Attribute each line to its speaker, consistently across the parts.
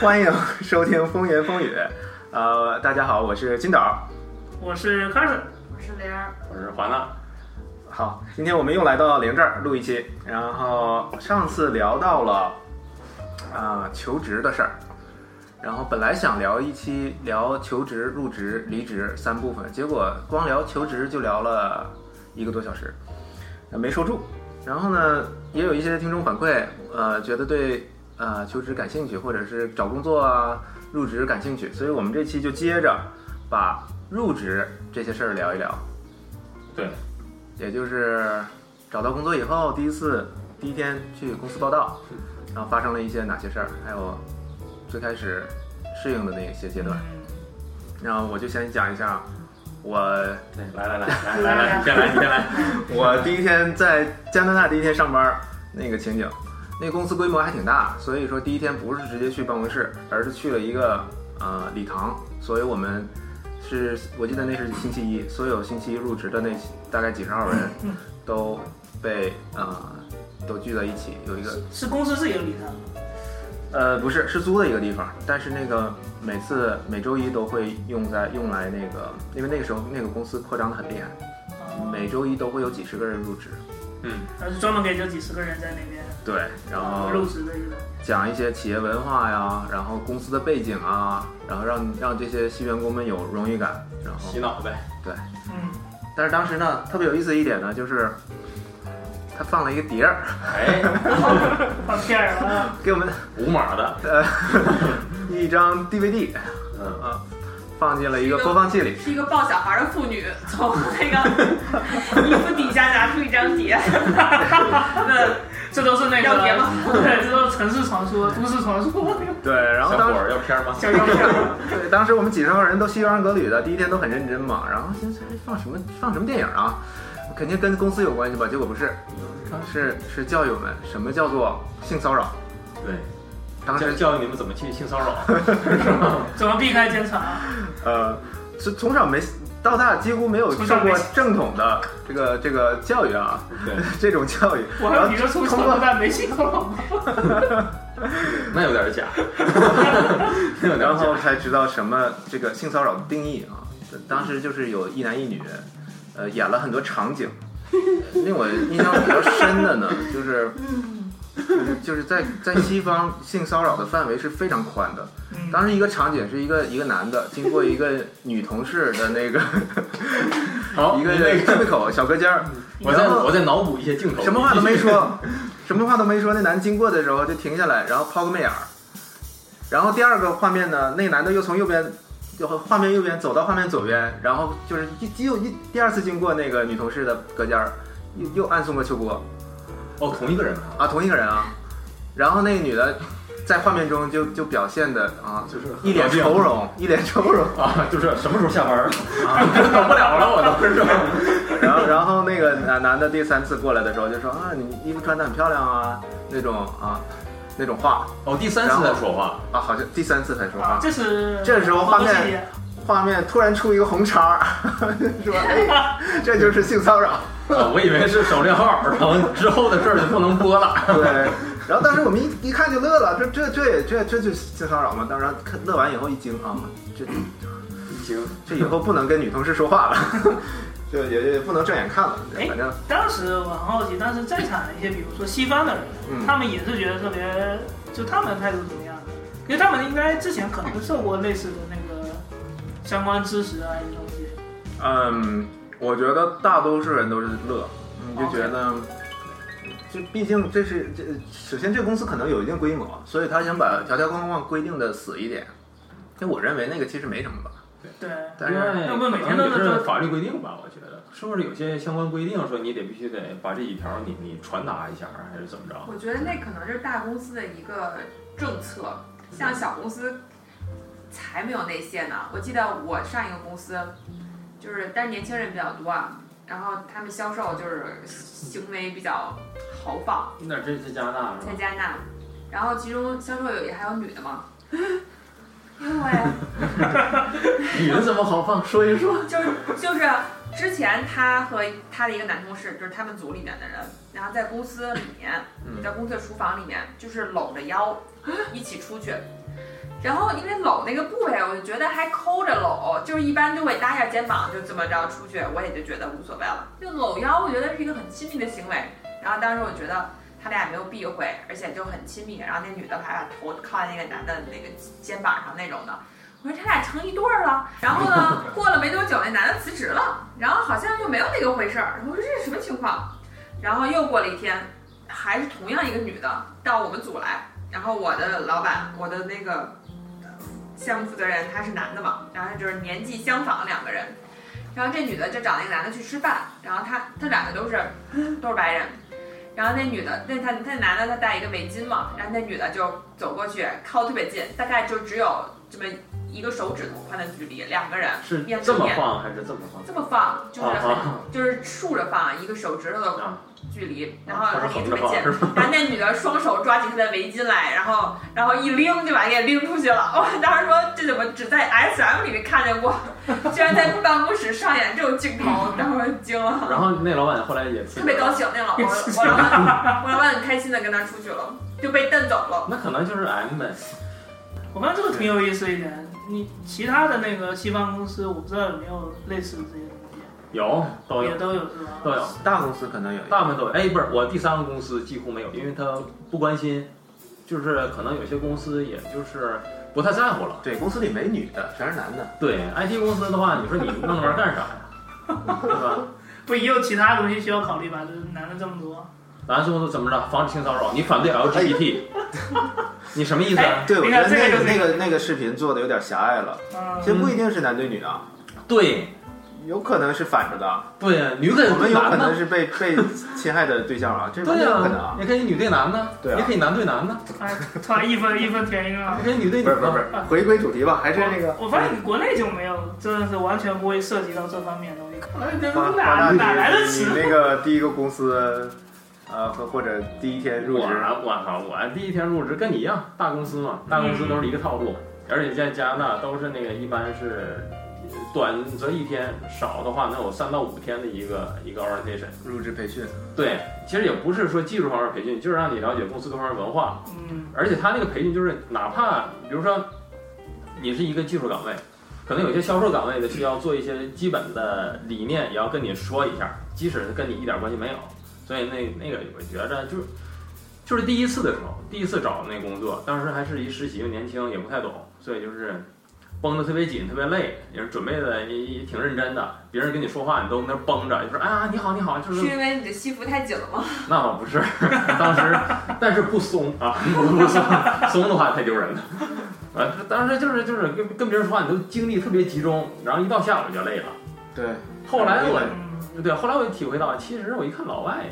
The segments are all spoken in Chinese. Speaker 1: 欢迎收听《风言风语》，呃，大家好，我是金导，
Speaker 2: 我是 Carson，
Speaker 3: 我是玲儿，
Speaker 4: 我是华纳。
Speaker 1: 好，今天我们又来到玲这儿录一期，然后上次聊到了啊、呃求职的事儿，然后本来想聊一期聊求职、入职、离职三部分，结果光聊求职就聊了一个多小时，呃没收住。然后呢，也有一些听众反馈，呃，觉得对呃求职感兴趣，或者是找工作啊、入职感兴趣，所以我们这期就接着把入职这些事儿聊一聊。
Speaker 4: 对，
Speaker 1: 也就是找到工作以后，第一次第一天去公司报道，然后发生了一些哪些事儿，还有最开始适应的那些阶段。然后我就先讲一下我
Speaker 4: 对，来来来来来来，你先来，你先来。
Speaker 1: 我第一天在加拿大第一天上班那个情景，那个公司规模还挺大，所以说第一天不是直接去办公室，而是去了一个呃礼堂，所以我们是我记得那是星期一，所有星期一入职的那大概几十号人
Speaker 2: 嗯
Speaker 1: 都被呃都聚在一起，有一个
Speaker 2: 是公司自己的礼堂，
Speaker 1: 呃，不是，是租的一个地方，但是那个每次每周一都会用在用来那个，因为那个时候那个公司扩张的很厉害，每周一都会有几十个人入职。
Speaker 4: 嗯，
Speaker 2: 然后就专门给这几十个人在那边
Speaker 1: 对，然后
Speaker 2: 入职的一个，
Speaker 1: 讲一些企业文化呀，然后公司的背景啊，然后让让这些新员工们有荣誉感。然后
Speaker 4: 洗，脑呗。
Speaker 2: 嗯，
Speaker 1: 但是当时呢，特别有意思一点呢，就是他放了一个碟儿
Speaker 4: 哎，
Speaker 2: 放片儿啊，
Speaker 1: 给我们
Speaker 4: 五码的，
Speaker 1: 一张 DVD
Speaker 4: 嗯，
Speaker 1: 啊，放进了一个播放器里。
Speaker 3: 是一个抱小孩的妇女从那个衣服底下拿出一张碟， 问
Speaker 2: 这都是那
Speaker 3: 要
Speaker 2: 个
Speaker 3: 碟吗，
Speaker 2: 对，这都是城市传说、都市传说，
Speaker 1: 对，然后
Speaker 4: 小
Speaker 1: 当
Speaker 4: 伙
Speaker 1: 时
Speaker 4: 儿要片儿吗？
Speaker 2: 小妖片儿。
Speaker 1: 对，当时我们几十号人都西装革履的，第一天都很认真嘛，然后寻思这放什么放什么电影啊，肯定跟公司有关系吧？结果不是，
Speaker 4: 嗯
Speaker 1: 是是教育我们什么叫做性骚扰。
Speaker 4: 对，
Speaker 1: 当时
Speaker 4: 教教育你们怎么去性骚 扰。
Speaker 2: 怎么避开监察？啊
Speaker 1: 呃，从从小没到大几乎没有
Speaker 2: 从
Speaker 1: 受
Speaker 2: 小没嗯
Speaker 1: 过正统的这个这个教育啊，
Speaker 4: 对，
Speaker 1: 这种教育，
Speaker 2: 我
Speaker 1: 然
Speaker 2: 还
Speaker 1: 后
Speaker 2: 比 如从小
Speaker 1: 通过
Speaker 2: 到大没信过老
Speaker 1: 啊
Speaker 2: 妈，
Speaker 4: 那有 点假，那有点
Speaker 1: 然
Speaker 4: 假。
Speaker 1: 后才知道什么这个性骚扰的定义啊。当时就是有一男一女，呃，演了很多场景。令我印象比较深的呢， 就是，
Speaker 2: 嗯
Speaker 1: 就是就是在在西方性骚扰的范围是非常宽的。
Speaker 2: 嗯
Speaker 1: 当时一个场景是一个一个男的经过一个女同事的那个
Speaker 2: 哦
Speaker 4: 好，
Speaker 1: 一
Speaker 4: 你
Speaker 1: 个
Speaker 4: 那
Speaker 1: 窗
Speaker 4: 个，
Speaker 1: 口小隔间儿，
Speaker 4: 我再我再脑补一些镜头，
Speaker 1: 什么话都没说， 什么话都没说。那男的经过的时候就停下来，然后抛个媚眼儿。然后第二个画面呢，那男的又从右边，就画面右边走到画面左边，然后就是一又一第二次经过那个女同事的隔间儿，又又暗送个秋波
Speaker 4: 哦，同一个人啊，
Speaker 1: 啊，同一个人啊。然后那个女的在画面中就就表现的啊，
Speaker 4: 就是很
Speaker 1: 一脸
Speaker 4: 高兴
Speaker 1: 愁容，一脸愁容
Speaker 4: 啊，就是什么时候下班儿？
Speaker 1: 啊。
Speaker 4: 等不了了，我都是。
Speaker 1: 然后，然后那个男男的第三次过来的时候就说啊，你衣服穿的很漂亮啊，那种啊，那种话
Speaker 4: 哦，第三次才说话，
Speaker 1: 啊，好像第三次才说
Speaker 2: 啊
Speaker 1: 话，，
Speaker 2: 这是
Speaker 1: 这时候画面
Speaker 2: 多细节
Speaker 1: 画面突然出一个红叉儿，说哎，这就是性骚扰。
Speaker 4: 啊我以为是省略号，然后之后的事儿就不能播了。
Speaker 1: 对，然后当时我们一一看就乐了，这这这这这就是性骚扰嘛。当然看乐完以后一惊啊，这
Speaker 4: 行，
Speaker 1: 这以后不能跟女同事说话了， 就也也不能正眼看了，
Speaker 2: 哎
Speaker 1: 反正
Speaker 2: 当时我很好奇，当时在场的一些，比如说西方的人，
Speaker 1: 嗯
Speaker 2: 他们也是觉得特别，就他们的态度怎么样？因为他们应该之前可能受过类似的那个相关知识啊，一些东西。
Speaker 1: 嗯，我觉得大多数人都是乐，你就觉得，就毕竟这是这，首先这公司可能有一定规模，所以他想把条条框框规定的死一点。那我认为那个其实没什么吧。
Speaker 2: 对，
Speaker 1: 但是
Speaker 4: 对
Speaker 2: 要不每天
Speaker 4: 可能
Speaker 2: 都
Speaker 4: 也
Speaker 2: 是
Speaker 4: 是法律规定吧？我觉得是不是有些相关规定说你得必须得把这几条你你传达一下，还是怎么着？
Speaker 3: 我觉得那可能就是大公司的一个政策，像小公司才没有那些呢。我记得我上一个公司，就是但是年轻人比较多啊，然后他们销售就是行为比较豪放，
Speaker 4: 那这是加拿大是
Speaker 3: 在
Speaker 4: 吧？
Speaker 3: 加拿大，然后其中销售有还有女的嘛， 因为
Speaker 1: 你有什么好放？说一说。
Speaker 3: 就是就是之前他和他的一个男同事，就是他们组里面的人，然后在公司里面，
Speaker 5: 嗯
Speaker 3: 在公司的厨房里面，就是搂着腰一起出去。然后因为搂那个部位，我就觉得还抠着搂，就是一般就会搭一下肩膀，就这么着出去，我也就觉得无所谓了。就搂腰，我觉得是一个很亲密的行为。然后当时我觉得他俩也没有避讳，而且就很亲密。然后那女的还把头靠在那个男的那个肩膀上那种的，我说他俩成一对儿了，然后呢，过了没多久，哎那男的辞职了，然后好像就没有那个回事儿。然后我说这是什么情况？然后又过了一天，还是同样一个女的到我们组来，然后我的老板，我的那个呃项目负责人他是男的嘛，然后就是年纪相仿两个人，然后这女的就找那个男的去吃饭，然后他他两个都是都是白人，然后那女的那他那男的他戴一个围巾嘛，然后那女的就走过去靠特别近，大概就只有这么。一个手指头宽的距离，两个人
Speaker 4: 是
Speaker 3: 面对
Speaker 4: 这么
Speaker 3: 面
Speaker 4: 放还是这么放？
Speaker 3: 这么放，就是
Speaker 4: 啊
Speaker 3: 很、
Speaker 4: 啊
Speaker 3: 就是竖着放，一个手指头的
Speaker 4: 啊！
Speaker 3: 距离，然后
Speaker 4: 他是横
Speaker 3: 离
Speaker 4: 着
Speaker 3: 特别
Speaker 4: 放
Speaker 3: 近，
Speaker 4: 是吧？
Speaker 3: 然后那女的双手抓起他的围巾来，然后然后一拎就把他给拎出去了。我当时说这怎么只在 S M 里面看见过， 居然在办公室上演这种镜头，当时惊了，
Speaker 4: 然后那老板后来也辞
Speaker 3: 特
Speaker 4: 职
Speaker 3: 别高
Speaker 4: 了。
Speaker 3: 兴。那老我我老板我老板很开心的跟他出去了，就被蹬走了。
Speaker 4: 那可能就是 M 呗，
Speaker 2: 我发现这个挺有意思一点。你其他的那个西方公司，我不知道有没有类似这些东西，
Speaker 4: 有
Speaker 5: 哦
Speaker 4: 都有
Speaker 2: 也都有是吧？
Speaker 4: 都有，
Speaker 5: 大公司可能有一个，
Speaker 4: 大部分都有。哎，不是，我第三个公司几乎没有，因为他不关心，就是可能有些公司也就是不太在乎了。
Speaker 5: 对，公司里没女的，全是男的。
Speaker 4: 对 IT 公司的话，你说你弄那玩意儿干啥呀？ 对吧？
Speaker 2: 不也有其他东西需要考虑吧？就是男的这么多，
Speaker 4: 咱说怎么着，防止性骚扰，你反对 LGBT，你什么意思
Speaker 1: 哎
Speaker 4: 啊？
Speaker 5: 对，我
Speaker 2: 你
Speaker 5: 觉得
Speaker 2: 看
Speaker 5: 那
Speaker 2: 这
Speaker 5: 个
Speaker 2: 个就
Speaker 5: 那
Speaker 2: 是
Speaker 5: 个那个视频做的有点狭隘了，其实
Speaker 2: 嗯，
Speaker 5: 不一定是男对女啊，
Speaker 4: 对
Speaker 5: 有可能是反着的。
Speaker 4: 对，啊女的也
Speaker 5: 我
Speaker 4: 可
Speaker 5: 们
Speaker 4: 以
Speaker 5: 有
Speaker 4: 男
Speaker 5: 可
Speaker 4: 的
Speaker 5: 能，是被被侵害的对象啊，这完
Speaker 4: 对
Speaker 5: 全
Speaker 4: 呀、
Speaker 5: 有可能啊。
Speaker 4: 也可以女对男的，
Speaker 5: 对啊
Speaker 4: 也可以男对男的，
Speaker 2: 哎，突然一分一分便宜了
Speaker 4: 也。可以女对女
Speaker 5: 不是不是不
Speaker 4: 的。
Speaker 5: 是，回归主题吧，还是那个
Speaker 2: 我发现你国内就没有，真的是完全不会涉及到这方面的东西。可能这
Speaker 5: 华
Speaker 2: 都
Speaker 5: 华
Speaker 2: 哪
Speaker 5: 大
Speaker 2: 哪来的
Speaker 5: 你
Speaker 2: 词？
Speaker 5: 你那个第一个公司，呃，或或者第一天入
Speaker 4: 我啊
Speaker 5: 职，
Speaker 4: 我操，我第一天入职跟你一样，大公司
Speaker 5: 嗯
Speaker 4: 嘛，大公司都是一个套路，而且在加拿大都是那个一般是短则一天，少的话能有三到五天的一个一个 orientation。
Speaker 5: 入职培训，
Speaker 4: 对，其实也不是说技术方面培训，就是让你了解公司各方面文化，
Speaker 2: 嗯，
Speaker 4: 而且他那个培训就是，哪怕比如说你是一个技术岗位，可能有些销售岗位的需要做一些基本的理念，也要跟你说一下，即使是跟你一点关系没有。所以那那个我觉着就是就是第一次的时候，第一次找那工作，当时还是一实习，又年轻，也不太懂，所以就是绷得特别紧，特别累，也是准备的也也挺认真的。别人跟你说话，你都跟那儿绷着，就说啊你好你好，就是
Speaker 3: 是因为你的西服太紧了吗？
Speaker 4: 那倒不是，当时但是不松啊，不松，松的话太丢人了。啊，当时就是就是跟跟别人说话，你都精力特别集中，然后一到下午就累了。
Speaker 5: 对，
Speaker 4: 后来我
Speaker 2: 嗯，
Speaker 4: 对，后来我体会到，其实我一看老外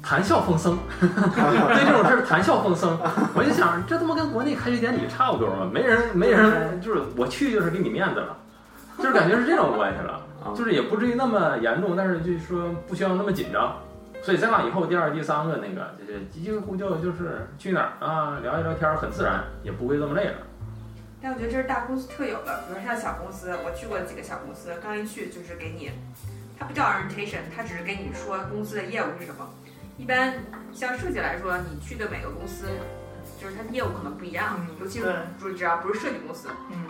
Speaker 4: 谈笑风 生，对这种事儿谈笑风生，我就想这他妈跟国内开学典礼差不多嘛，没人没人就是我去就是给你面子了，就是感觉是这种关系 了。
Speaker 5: 啊
Speaker 4: 就是也不至于那么严重，但是就是说不需要那么紧张。所以再往以后，第二、第三个那个就是几乎就就是去哪儿啊聊一聊天，很自然，也不会这么累了。
Speaker 3: 但我觉得这是大公司特有的，比如像小公司，我去过几个小公司，刚一去就是给你，它不叫 orientation，它只是跟你说公司的业务是什么。一般像设计来说，你去的每个公司，就是它的业务可能不一样，
Speaker 2: 嗯
Speaker 3: 尤其
Speaker 2: 对
Speaker 3: 是就只要不是设计公司，
Speaker 2: 嗯，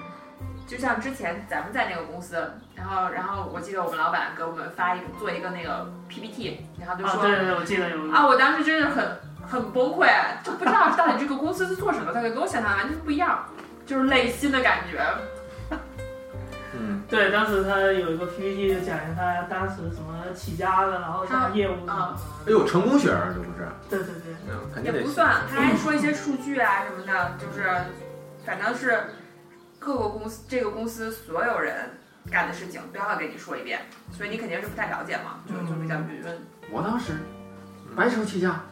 Speaker 3: 就像之前咱们在那个公司，然后然后我记得我们老板给我们发一个做一个那个 PPT，然后就
Speaker 2: 啊，
Speaker 3: 说
Speaker 2: 对对对，我记得有。
Speaker 3: 啊，我当时真是很很崩溃，就不知道到底这个公司是做什么的，跟我想象的完全不一样，就是内心的感觉。
Speaker 5: 嗯，
Speaker 2: 对，当时他有一个 PPT 就讲一下他当时怎么起家的，然后什么业务什么
Speaker 4: 哎
Speaker 2: 的。
Speaker 4: 呦，成功学啊，这不是？
Speaker 2: 对对对，
Speaker 5: 嗯肯
Speaker 3: 也
Speaker 5: 定得
Speaker 3: 不算，他还说一些数据啊什么的，就是反正是各个公司这个公司所有人干的事情都要给你说一遍，所以你肯定是不太了解嘛，就就比较晕晕。
Speaker 4: 我当时白手起家，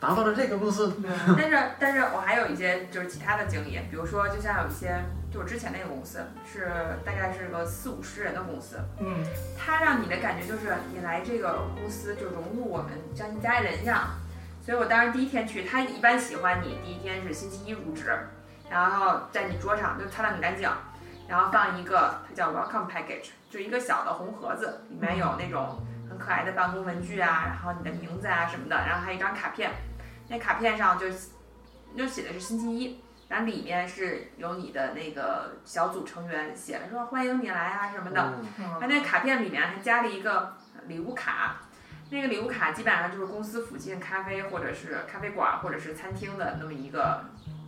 Speaker 4: 达到了这个公司，
Speaker 3: 但是但是我还有一些就是其他的经历，比如说就像有一些就我之前那个公司是大概是个四五十人的公司，
Speaker 2: 嗯，
Speaker 3: 它让你的感觉就是你来这个公司就融入我们，像一家人一样。所以我当时第一天去，他一般喜欢你第一天是星期一入职，然后在你桌上就擦得很干净，然后放一个它叫 Welcome Package，就一个小的红盒子，里面有那种很可爱的办公文具啊，然后你的名字啊什么的，然后还有一张卡片，那卡片上就就写的是星期一。然后里面是由你的那个小组成员写了说欢迎你来啊什么的，
Speaker 2: 嗯
Speaker 3: 他那卡片里面还加了一个呃礼物卡，那个礼物卡基本上就是公司附近咖啡或者是咖啡馆或者是餐厅的那么一个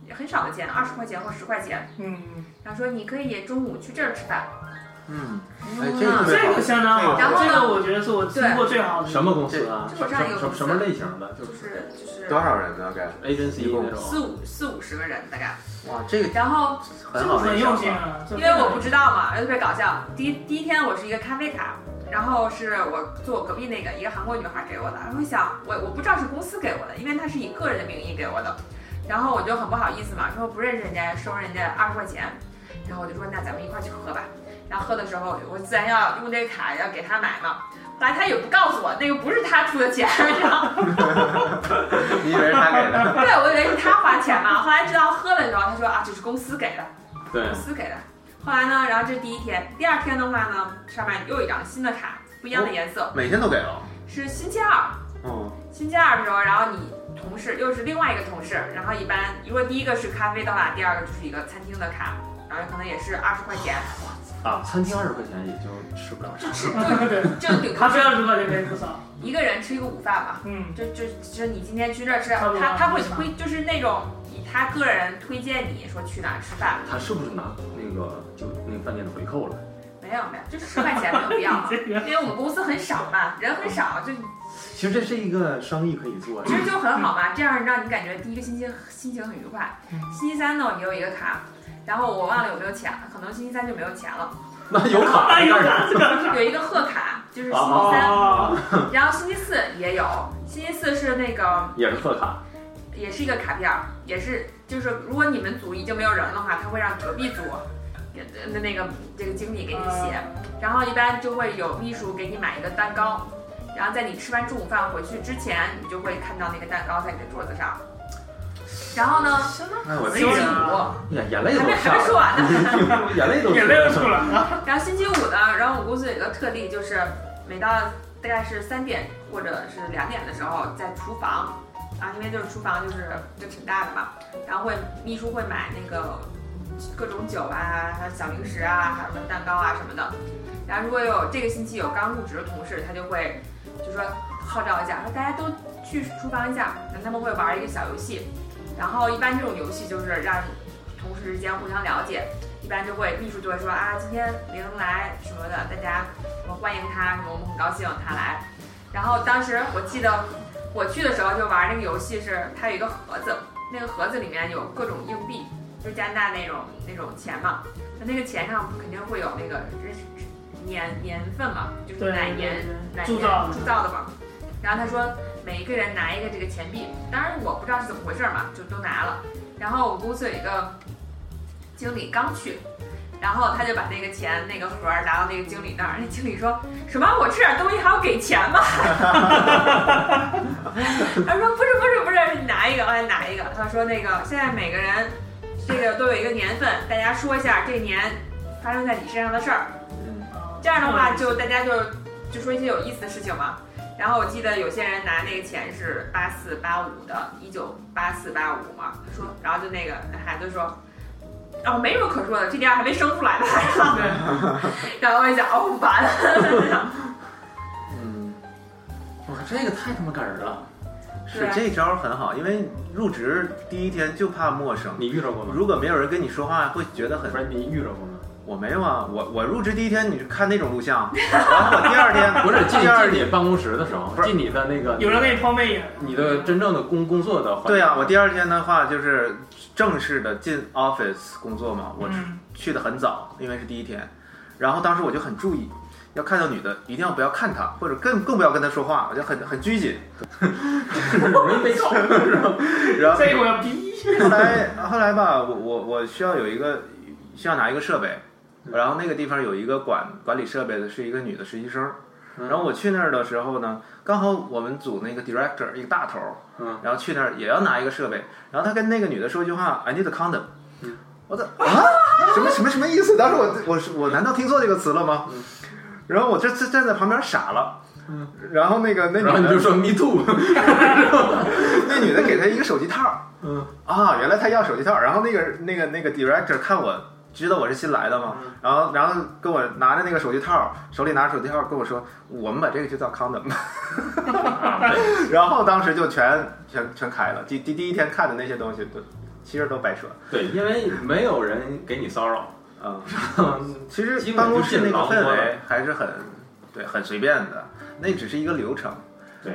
Speaker 3: 也很少的钱，二十块钱或十块钱。
Speaker 2: 嗯，
Speaker 3: 然后说你可以中午去这儿吃饭。
Speaker 5: 嗯，哎，这个特
Speaker 3: 嗯，
Speaker 5: 别
Speaker 2: 这
Speaker 5: 好
Speaker 2: 个，相当好，
Speaker 3: 然后呢
Speaker 2: 这个我觉得是我听过最好的。
Speaker 4: 什么公司啊？
Speaker 3: 这
Speaker 4: 什
Speaker 3: 这这样一个
Speaker 4: 什
Speaker 3: 公
Speaker 4: 什
Speaker 3: 司
Speaker 4: 什么类型的？就
Speaker 3: 就是是就是
Speaker 5: 多少啊人呢？该
Speaker 4: agency 那种。
Speaker 3: 四五四五十个人大概。
Speaker 5: 哇，这个
Speaker 3: 然后
Speaker 5: 很好的
Speaker 2: 很
Speaker 5: 一个
Speaker 2: 用
Speaker 5: 想
Speaker 2: 心
Speaker 5: 法，
Speaker 2: 啊，
Speaker 3: 因为我不知道嘛，而且特别搞笑。第一第一天我是一个咖啡卡，然后是我坐我隔壁那个一个韩国女孩给我的，然后我想我我不知道是公司给我的，因为她是以个人的名义给我的，然后我就很不好意思嘛，说不认识人家，收人家二十块钱，然后我就说那咱们一块去喝吧。然后喝的时候，我自然要用这个卡要给她买嘛，后来她也不告诉我那个不是她出的钱，你知道吗？
Speaker 5: 你以为是他给 的？
Speaker 3: 对，我以为是她花钱嘛，后来知道喝了之后，她说啊这是公司给的。
Speaker 4: 对
Speaker 3: 公，司给的。后来呢，然后这是第一天，第二天的话呢，上面又有一张新的卡，不一样的颜色，
Speaker 5: 每天都给哦了，
Speaker 3: 是星期二。
Speaker 5: 嗯，
Speaker 3: 星期二的时候，然后你同事又是另外一个同事，然后一般如果第一个是咖啡的话，第二个就是一个餐厅的卡，然后可能也是二十块钱，
Speaker 4: 啊，餐厅二十块钱也就吃不了啥。
Speaker 3: 吃
Speaker 2: 对对对，
Speaker 3: 就就顶
Speaker 2: 咖
Speaker 3: 多
Speaker 2: 啡二十块钱可以不少。
Speaker 3: 一个人吃一个午饭吧。
Speaker 2: 嗯，
Speaker 3: 就就就是你今天去这儿吃，
Speaker 2: 差不多
Speaker 3: 他他会
Speaker 2: 差不多，
Speaker 3: 推，就是那种以他个人推荐你说去哪儿吃饭，
Speaker 4: 他是不是拿那个就那个饭店的回扣了？
Speaker 3: 没有没有，就十块钱没有必要了
Speaker 2: 这个
Speaker 3: 因为我们公司很少嘛，人很少，就
Speaker 4: 其实这是一个生意可以做的
Speaker 3: 其。实就很好嘛，这样让你感觉第一个星期心情很愉快。星期三呢，我也有一个卡，然后我忘了有没有钱了，可能星期三就没有钱了。
Speaker 4: 那有卡
Speaker 2: 哎
Speaker 4: 干
Speaker 2: 呦，
Speaker 4: 啥？
Speaker 2: 这个
Speaker 3: 有一个贺卡，就是星期三，
Speaker 2: 哦，
Speaker 3: 然后星期四也有，星期四是那个
Speaker 4: 也是贺卡，
Speaker 3: 也是一个卡片儿，也是就是如果你们组已经没有人的话，他会让隔壁组给那那个这个经理给你写。
Speaker 2: 啊
Speaker 3: 然后一般就会有秘书给你买一个蛋糕，然后在你吃完中午饭回去之前，你就会看到那个蛋糕在你的桌子上。然后呢，
Speaker 2: 什么？
Speaker 4: 哎，我
Speaker 3: 星期
Speaker 2: 哎呀
Speaker 3: 五
Speaker 4: 眼眼泪
Speaker 3: 还
Speaker 4: 都
Speaker 3: 没
Speaker 4: 下
Speaker 3: 还没
Speaker 4: 来
Speaker 3: 说
Speaker 4: 了，
Speaker 3: 完呢，
Speaker 4: 眼泪都
Speaker 2: 眼泪都出来了。
Speaker 3: 然后星期五呢，然后我们公司有一个特例，就是每到大概是三点或者是两点的时候，在厨房啊，因为就是厨房就是就挺大的嘛，然后会秘书会买那个各种酒啊，还有小零食啊，还有什么蛋糕啊什么的。然后如果有这个星期有刚入职的同事，他就会就说号召一下，说大家都去厨房一下，然后他们会玩一个小游戏，然后一般这种游戏就是让同事之间互相了解，一般就会秘书就会说啊，今天玲来什么的，大家我们欢迎她，什么我们很高兴她来。然后当时我记得我去的时候就玩那个游戏是，它有一个盒子，那个盒子里面有各种硬币，就是加拿大那种那种钱嘛，那那个钱上肯定会有那个日年年份嘛，就是
Speaker 2: 对
Speaker 3: 哪一年
Speaker 2: 对对
Speaker 3: 哪一
Speaker 2: 铸
Speaker 3: 年
Speaker 2: 造的
Speaker 3: 铸造的嘛。然后他说每一个人拿一个这个钱币，当然我不知道是怎么回事嘛，就都拿了。然后我们公司有一个经理刚去，然后他就把那个钱那个盒儿拿到那个经理那儿，那经理说什么我吃点东西还要给钱吗？ 他说不是不是不是，你拿一个，哎拿一个。 他说那个现在每个人这个都有一个年份，大家说一下这一年发生在你身上的事儿。这样的话，就大家就就说一些有意思的事情嘛。然后我记得有些人拿那个钱是八四八五的，一九八四八五嘛，他说，然后就那个孩子说，哦，没什么可说的，这点儿还没生出来呢。 然后我一想，哦，完了，
Speaker 5: 嗯，
Speaker 4: 哇，这个太他妈感人了！
Speaker 5: 是
Speaker 3: 对
Speaker 5: 这招很好，因为入职第一天就怕陌生，
Speaker 4: 你遇着过吗？
Speaker 5: 如果没有人跟你说话，会觉得很
Speaker 4: 不是你遇着过吗？
Speaker 5: 我没有啊，我我入职第一天你是看那种录像，然后我第二天
Speaker 4: 不是进
Speaker 5: 第二
Speaker 4: 进
Speaker 5: 天，
Speaker 4: 你办公室的时候
Speaker 5: 不，是
Speaker 4: 进你的那个
Speaker 2: 有人给你抛媚眼，
Speaker 4: 你的真正的工工作的环境
Speaker 5: 对啊，我第二天的话就是正式的进 office 工作嘛，我
Speaker 2: 嗯，
Speaker 5: 去的很早，因为是第一天，然后当时我就很注意，要看到女的一定要不要看她，或者更更不要跟她说话，我就很很拘谨，
Speaker 4: 容易被 告。
Speaker 5: 然后
Speaker 2: 这个我要逼。
Speaker 5: 后来后来吧，我我我需要有一个需要拿一个设备，然后那个地方有一个管管理设备的是一个女的实习生，
Speaker 4: 嗯
Speaker 5: 然后我去那儿的时候呢，刚好我们组那个 director 一个大头，
Speaker 4: 嗯，
Speaker 5: 然后去那儿也要拿一个设备，然后他跟那个女的说一句话，I need a condom，
Speaker 4: 嗯
Speaker 5: 我操啊，什么什么什么意思？当时我我是我难道听错这个词了吗
Speaker 4: 嗯？
Speaker 5: 然后我这这站在旁边傻了
Speaker 4: 嗯，
Speaker 5: 然后那个那
Speaker 4: 然后
Speaker 5: 女
Speaker 4: 你就
Speaker 5: 的
Speaker 4: 说 me too，
Speaker 5: 那女的给他一个手机套，
Speaker 4: 嗯
Speaker 5: 啊，原来他要手机套，然后那个那个那个 director 看我知道我是新来的嘛，
Speaker 4: 嗯
Speaker 5: 然后然后跟我拿着那个手机套，手里拿着手机套跟我说，我们把这个就叫 condom，
Speaker 4: 啊对
Speaker 5: 然后当时就全全全开了，第第第一天看的那些东西都其实都白说，
Speaker 4: 对，因为没有人给你骚扰，
Speaker 5: 嗯，
Speaker 4: 嗯
Speaker 5: 其实
Speaker 4: 基本
Speaker 5: 办公
Speaker 4: 就
Speaker 5: 室那
Speaker 4: 进
Speaker 5: 个
Speaker 4: 狼窝
Speaker 5: 氛
Speaker 4: 了
Speaker 5: 围还是很对很随便的，那只是一个流程，
Speaker 2: 嗯，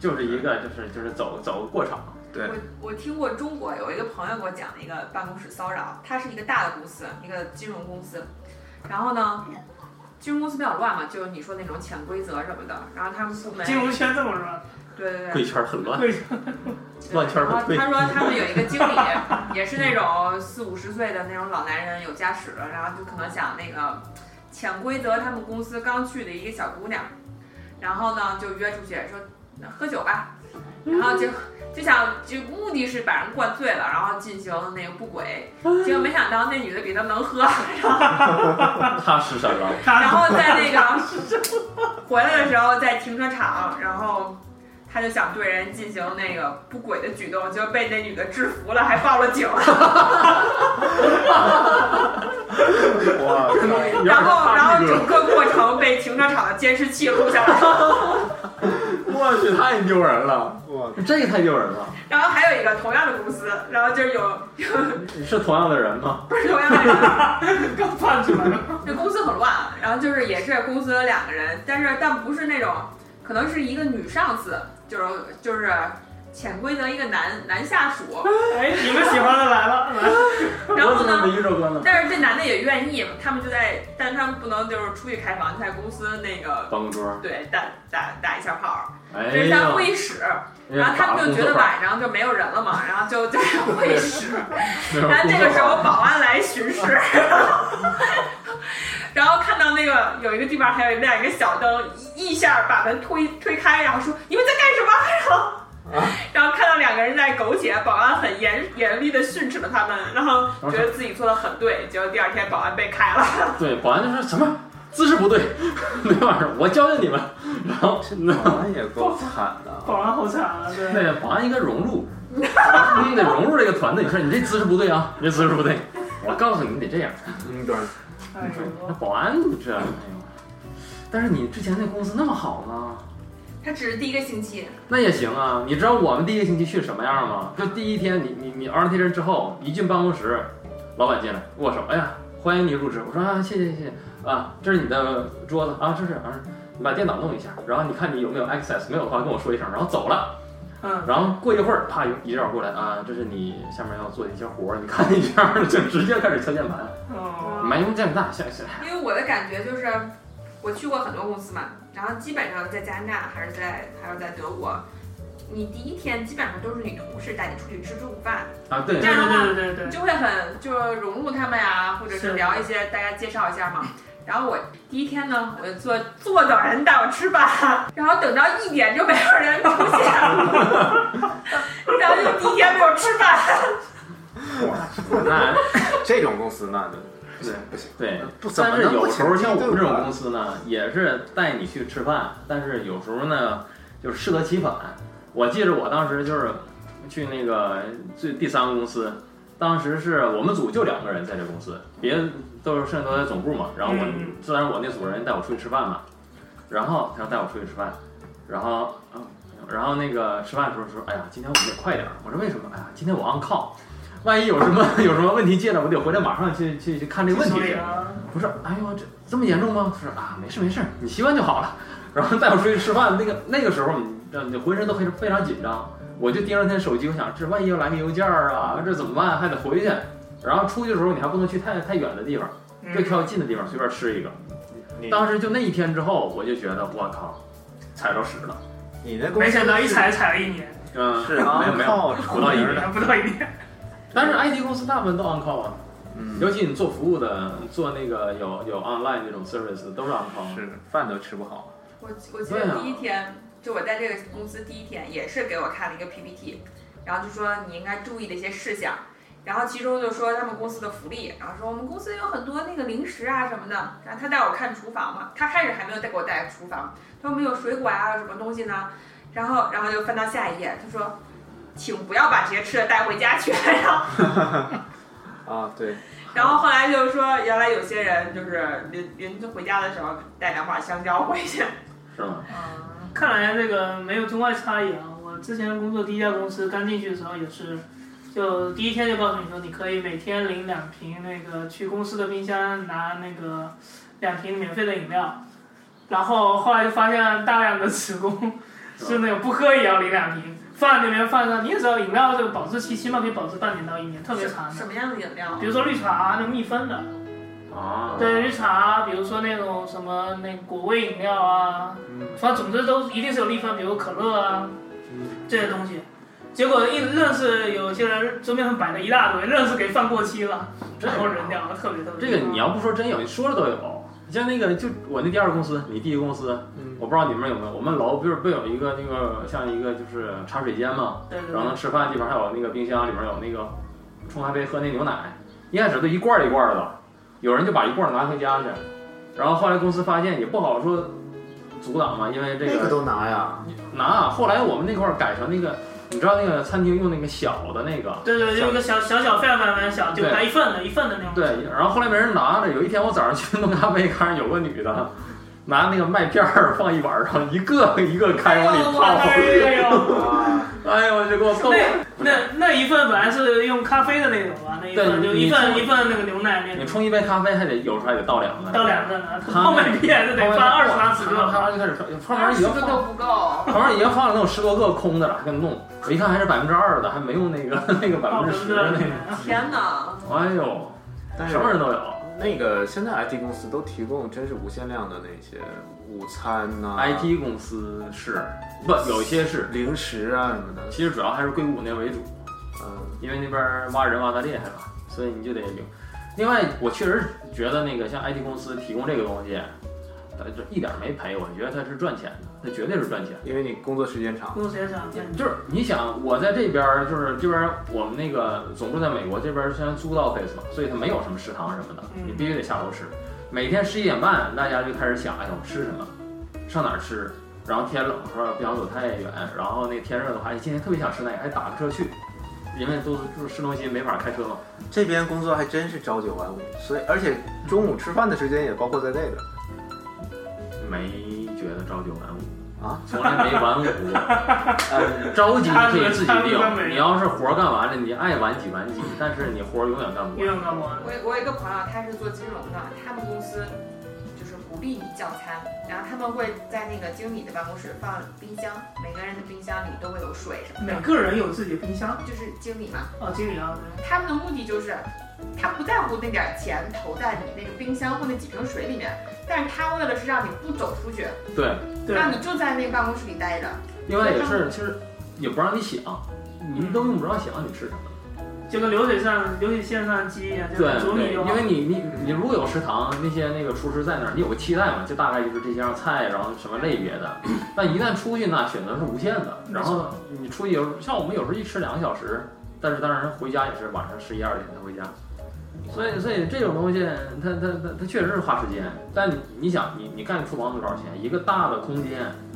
Speaker 4: 就是一个就是就是走走个过场，
Speaker 5: 对
Speaker 3: 我我听过中国有一个朋友给我讲的一个办公室骚扰，他是一个大的公司，一个金融公司，然后呢，金融公司比较乱嘛，就是你说那种潜规则什么的，然后他们部门
Speaker 2: 金融圈这么乱，
Speaker 3: 对对对
Speaker 4: 贵圈很 乱，
Speaker 2: 对，
Speaker 4: 乱圈儿
Speaker 3: 然后
Speaker 4: 很贵
Speaker 3: 他说他们有一个经 理，也是那种四五十岁的那种老男人，有家室了，然后就可能想那个潜规则他们公司刚去的一个小姑娘，然后呢就约出去说那喝酒吧，然后就就想就目的是把人灌醉了，然后进行那个不 轨，结果没想到那女的比他能喝，
Speaker 4: 他是什么？
Speaker 2: 他
Speaker 3: 然后在那 个回来的时候，在停车场，然后他就想对人进行那个不轨的举动，就被那女的制服了，还报了警。
Speaker 5: 哇，
Speaker 3: 然后，然后整个过程被停车场的监视器录下来。
Speaker 4: 我去，太丢人了，
Speaker 5: 我
Speaker 4: 这太丢人了。
Speaker 3: 然后还有一个同样的公司，然后就是有
Speaker 4: 你是同样的人吗？
Speaker 3: 不是同样的人，
Speaker 2: 刚放出来了，
Speaker 3: 这公司很乱，然后就是也是公司有两个人，但是但不是那种，可能是一个女上司，就是就是潜规则一个男男下属，
Speaker 2: 哎，你们喜欢的来了，来了，
Speaker 3: 然
Speaker 4: 我
Speaker 3: 后
Speaker 4: 怎么
Speaker 3: 呢。
Speaker 4: 没遇着过呢？
Speaker 3: 但是这男的也愿意，他们就在，但是他们不能就是出去开房，在公司那个
Speaker 4: 办公桌，
Speaker 3: 对打打打一下炮，
Speaker 4: 哎
Speaker 3: 这是在
Speaker 4: 呀，
Speaker 3: 会议室，
Speaker 4: 哎
Speaker 3: 然
Speaker 4: 呀
Speaker 3: 后他们就觉得，晚上就没有人了嘛，然后就在会议室， 然后这个时候保安来巡视， 然后看到那个有一个地方还有亮一个小灯，一一下把门推推开，然后说你们在干什么？ 然后。然后看到两个人在苟且，保安很严严厉的训斥了他们，然后觉得自己做的很对，结果第二天保安被开了。
Speaker 4: 对，保安就说什么姿势不对， 那玩意儿，我教教你们。 然后那
Speaker 5: 保安也够惨的啊，
Speaker 2: 保安好惨啊，对，
Speaker 4: 那保安应该融入，你得融入这个团队。你说你这姿势不对啊，你这姿势不对。我告诉你，你得这样。
Speaker 5: 嗯，对，
Speaker 2: 哎
Speaker 4: 那
Speaker 2: 呦，
Speaker 4: 保安这，哎呦，但是你之前那公司那么好呢？
Speaker 3: 他只是第一个星期，
Speaker 4: 那也行啊，你知道我们第一个星期去什么样吗？就第一天你，你你 orientation 之后，一进办公室，老板进来握手，哎呀，欢迎你入职。我说啊，谢谢谢谢啊，这是你的桌子啊，这是啊，你把电脑弄一下，然后你看你有没有 access，没有的话跟我说一声，然后走了。
Speaker 2: 嗯，
Speaker 4: 然后过一会儿，啪，有一人过来啊，这是你下面要做的一些活儿，你看一下，就直接开始敲键盘，
Speaker 2: 哦，
Speaker 4: 没用键盘，下下
Speaker 3: 因为我的感觉就是，我去过很多公司嘛，然后基本上在加拿大还是在还是在德国，你第一天基本上都是女同事带你出去吃中午饭，
Speaker 4: 啊，对
Speaker 2: 对，对对对对对，
Speaker 3: 你就会很就是融入他们呀，或者是
Speaker 2: 是
Speaker 3: 聊一些大家介绍一下嘛。然后我第一天呢，我就坐坐等人带我吃饭， 然后等到一点就没有人出现了， 然后就第一天没有吃饭，
Speaker 5: 哇，
Speaker 4: 那
Speaker 5: 这种公司那就
Speaker 4: 对
Speaker 5: 不行，
Speaker 4: 对。
Speaker 5: 不怎
Speaker 4: 哎但
Speaker 5: 么
Speaker 4: 是
Speaker 5: 能不
Speaker 4: 有时候
Speaker 5: 请
Speaker 4: 像我们这种
Speaker 5: 对吧
Speaker 4: 公司呢，也是带你去吃饭，但是有时候呢，就是适得其反。我记着我当时就是去那个最第三个公司，当时是我们组就两个人在这公司，别的都是剩下都在总部嘛。然后我
Speaker 2: 嗯
Speaker 4: 自然我那组人带我出去吃饭嘛，然后他要带我出去吃饭，然后嗯，然后那个吃饭的时候说，哎呀，今天我们得快点儿。我说为什么？哎呀，今天我 on call。万一有什么 有什么问题见了，我得回来马上去去去看这个问题
Speaker 2: 处理啊，
Speaker 4: 不是，哎呦，这这么严重吗？他说啊，没事没事，你习惯就好了。 然后带我出去吃饭，那个那个时候你知道，你浑身都非常非常紧张，我就盯着他手机，我想这万一要来个邮件儿啊，这怎么办？还得回去。然后出去的时候，你还不能去太太远的地方，
Speaker 2: 嗯
Speaker 4: 就挑近的地方随便吃一个。
Speaker 1: 嗯
Speaker 5: 你
Speaker 4: 当时就那一天之后，我就觉得我靠，踩着屎了。
Speaker 5: 你那公司
Speaker 2: 没想到一踩踩了一年，
Speaker 4: 嗯，
Speaker 5: 是
Speaker 4: 没有没有，
Speaker 5: 靠
Speaker 4: 不到一 年
Speaker 2: 不到一年。
Speaker 4: 但是 IT 公司大部分都 on call 啊，
Speaker 5: 嗯，
Speaker 4: 尤其你做服务的，做那个有有 online 这种 service 都是 on call。
Speaker 5: 嗯是饭都吃不好，
Speaker 3: 我我记
Speaker 4: 对
Speaker 3: 得
Speaker 4: 啊
Speaker 3: 第一天，就我在这个公司第一天，也是给我看了一个 PPT，然后就说你应该注意的一些事项。然后其中就说他们公司的福利，然后说我们公司有很多那个零食啊什么的。然后他带我看厨房嘛，他开始还没有带给我带厨房，他说我们有水果啊什么东西呢，然后然后就翻到下一页，他说，请不要把这些吃的带回家去。 然后
Speaker 5: 啊，对，
Speaker 3: 然后后来就是说，原来有些人就是临临回家的时候带两把香蕉回去。
Speaker 4: 是吗？
Speaker 3: 嗯，
Speaker 2: 看来这个没有中外差异啊。我之前工作第一家公司刚进去的时候也是，就第一天就告诉你说，你可以每天领两瓶那个去公司的冰箱拿那个两瓶免费的饮料，然后后来就发现大量的职工 是那种不喝也要领两瓶，放在那边放着。你也知道饮料这个保质期起码可以保质半年到一年，特别长的。
Speaker 3: 什么样的饮料啊
Speaker 2: 比？如说绿茶，那密封的，
Speaker 4: 啊，
Speaker 2: 对绿茶，比如说那种什么那果味饮料啊，
Speaker 5: 嗯
Speaker 2: 反正总之都一定是有立分，比如可乐啊
Speaker 5: 嗯
Speaker 2: 这些东西。结果一认识有些人桌面上摆了一大堆，认识给放过期了，
Speaker 4: 这
Speaker 2: 然后
Speaker 4: 个
Speaker 2: 扔掉了，特别特别。
Speaker 4: 这个你要不说真有，你说了都有。像那个就我那第二个公司，你第一个公司，
Speaker 5: 嗯
Speaker 4: 我不知道你们有没有。我们楼不是不有一个那个像一个就是茶水间嘛，
Speaker 2: 对对
Speaker 4: 然后
Speaker 2: 对
Speaker 4: 能吃饭的地方还有那个冰箱里面有那个冲咖啡喝那牛奶，一开始都一罐儿一罐儿的，有人就把一罐儿拿回家去，然后后来公司发现也不好说阻挡嘛，因为这
Speaker 1: 那个
Speaker 4: 个
Speaker 1: 都拿 呀，
Speaker 4: 拿。后来我们那块儿改成那个，你知道那个餐厅用那个小的那个，
Speaker 2: 对对，就一个小小小非常非常非常小，就
Speaker 4: 对
Speaker 2: 来一份的一份的那种。
Speaker 4: 对，然后后来没人拿了。有一天我早上去弄咖啡，看着有个女的拿那个麦片儿放一碗儿上，一个一个开往里
Speaker 2: 呦
Speaker 4: 泡。
Speaker 2: 哎 呦，
Speaker 5: 啊，
Speaker 4: 哎呦，我就给我逗。
Speaker 2: 那那那一份本来是用咖啡的那种啊吧，那一份
Speaker 4: 对
Speaker 2: 就一
Speaker 4: 你
Speaker 2: 份
Speaker 4: 冲
Speaker 2: 一份那个牛奶那
Speaker 4: 你
Speaker 2: 种，
Speaker 4: 冲一杯咖啡还得有时候还得倒两个，
Speaker 2: 倒两份呢，
Speaker 4: 他
Speaker 2: 后面必然是得翻二十三十
Speaker 4: 个，
Speaker 2: 个。
Speaker 4: 啪就开始放，旁
Speaker 3: 二
Speaker 4: 边已
Speaker 3: 十
Speaker 4: 经
Speaker 3: 个
Speaker 4: 放，
Speaker 3: 都不够。
Speaker 4: 旁边已经放了能有十多个空的了，还给弄。我一看还是百分之二的，还没用那个 那个百
Speaker 2: 哦
Speaker 4: 分
Speaker 2: 不
Speaker 4: 之十
Speaker 2: 是
Speaker 4: 的那个。
Speaker 2: 那
Speaker 3: 天哪！
Speaker 4: 哎呦，
Speaker 1: 但是
Speaker 4: 什么人都有。
Speaker 1: 那个现在 IT 公司都提供真是无限量的那些午餐呐、
Speaker 4: IT 公司是不有一些是，
Speaker 1: 零食啊什么的，
Speaker 4: 其实主要还是硅谷那为主。
Speaker 1: 嗯，
Speaker 4: 因为那边挖人挖的厉害了，所以你就得有。另外，我确实觉得那个像 IT 公司提供这个东西，它这一点没赔，我觉得它是赚钱的，它绝对是赚钱。
Speaker 1: 因为你工作时间长，
Speaker 2: 工作时间长，对
Speaker 4: 就是你想，我在这边儿，就是这边儿我们那个总部在美国这边，虽然租到 office 嘛，所以它没有什么食堂什么的，
Speaker 2: 嗯
Speaker 4: 你必须得下楼吃。每天十一点半，大家就开始想，哎呀，我吃什么，上哪儿吃？然后天冷的时候不想走太远，然后那天热的话，哎今天特别想吃那个，还打个车去，因为都住市中心没法开车嘛。
Speaker 1: 这边工作还真是朝九晚五，所以而且中午吃饭的时间也包括在内的。
Speaker 4: 没觉得朝九晚五
Speaker 1: 啊，
Speaker 4: 从来没 晚五过。
Speaker 1: 嗯，
Speaker 4: 着急你可以自己
Speaker 2: 他们他们
Speaker 4: 定，
Speaker 2: 没
Speaker 4: 你要是活儿干完了，你爱晚几晚几，但是你活儿永远干不
Speaker 2: 运
Speaker 4: 完。
Speaker 2: 用干嘛
Speaker 3: 我我有一个朋友，他是做金融的，他们公司就是鼓励你叫餐，然后他们会在那个经理的办公室放冰箱，每个人的冰箱里都会有水什么
Speaker 2: 每
Speaker 1: 嗯
Speaker 3: 的，
Speaker 2: 个人有自己的冰箱
Speaker 3: 就是经理嘛。
Speaker 2: 哦，经理啊，
Speaker 3: 他们的目的就是，他不在乎那点钱投在你那个冰箱或那几瓶水里面，但是他为了是让你不走出去，
Speaker 4: 对，
Speaker 2: 对
Speaker 3: 让你就在那个办公室里待着。
Speaker 4: 另外也是，其实也不让你想，你都用不着想你吃什么。
Speaker 2: 对，就跟流水上流水线上机一啊样，就
Speaker 4: 对
Speaker 2: 煮
Speaker 4: 对，
Speaker 2: 米就
Speaker 4: 因
Speaker 2: 好
Speaker 4: 为。你你你如果有食堂，那些那个厨师在那儿，你有个期待嘛，就大概就是这些样菜，然后什么类别的。但一旦出去呢，选择是无限的。然后你出去有像我们有时候一吃两个小时，但是当然回家也是晚上十一二点才回家。所以所以这种东西，它它它它确实是花时间。但你你想，你你干厨房多少钱？一个大的空间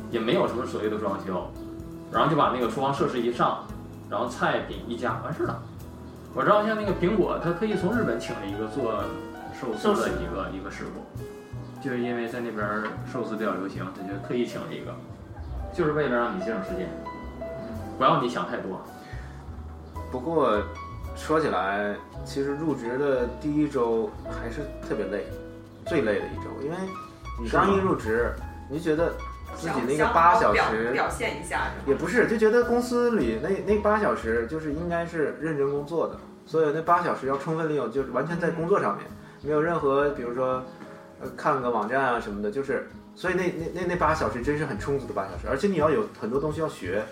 Speaker 4: 也没有什么所谓的装修，然后就把那个厨房设施一上，然后菜品一加，完事儿了。我知道像那个苹果，它特意从日本请了一个做寿司
Speaker 2: 寿
Speaker 4: 的
Speaker 2: 司
Speaker 4: 一个一个师傅，就是因为在那边儿寿司比较流行，他就特意请了一个，就是为了让你节省时间，不要你想太多。
Speaker 1: 不过说起来，其实入职的第一周还是特别累，最累的一周，因为你
Speaker 4: 是吗
Speaker 1: 刚一入职，你就觉得自己那
Speaker 3: 想
Speaker 1: 个八
Speaker 3: 想好
Speaker 1: 小
Speaker 3: 表
Speaker 1: 时
Speaker 3: 表现一下，
Speaker 1: 也不是，就觉得公司里那那八小时就是应该是认真工作的，所以那八小时要充分利用，就是完全在工作上面，没有任何比如说，呃，看个网站啊什么的，就是，所以那那那那八小时真是很充足的八小时，而且你要有很多东西要学，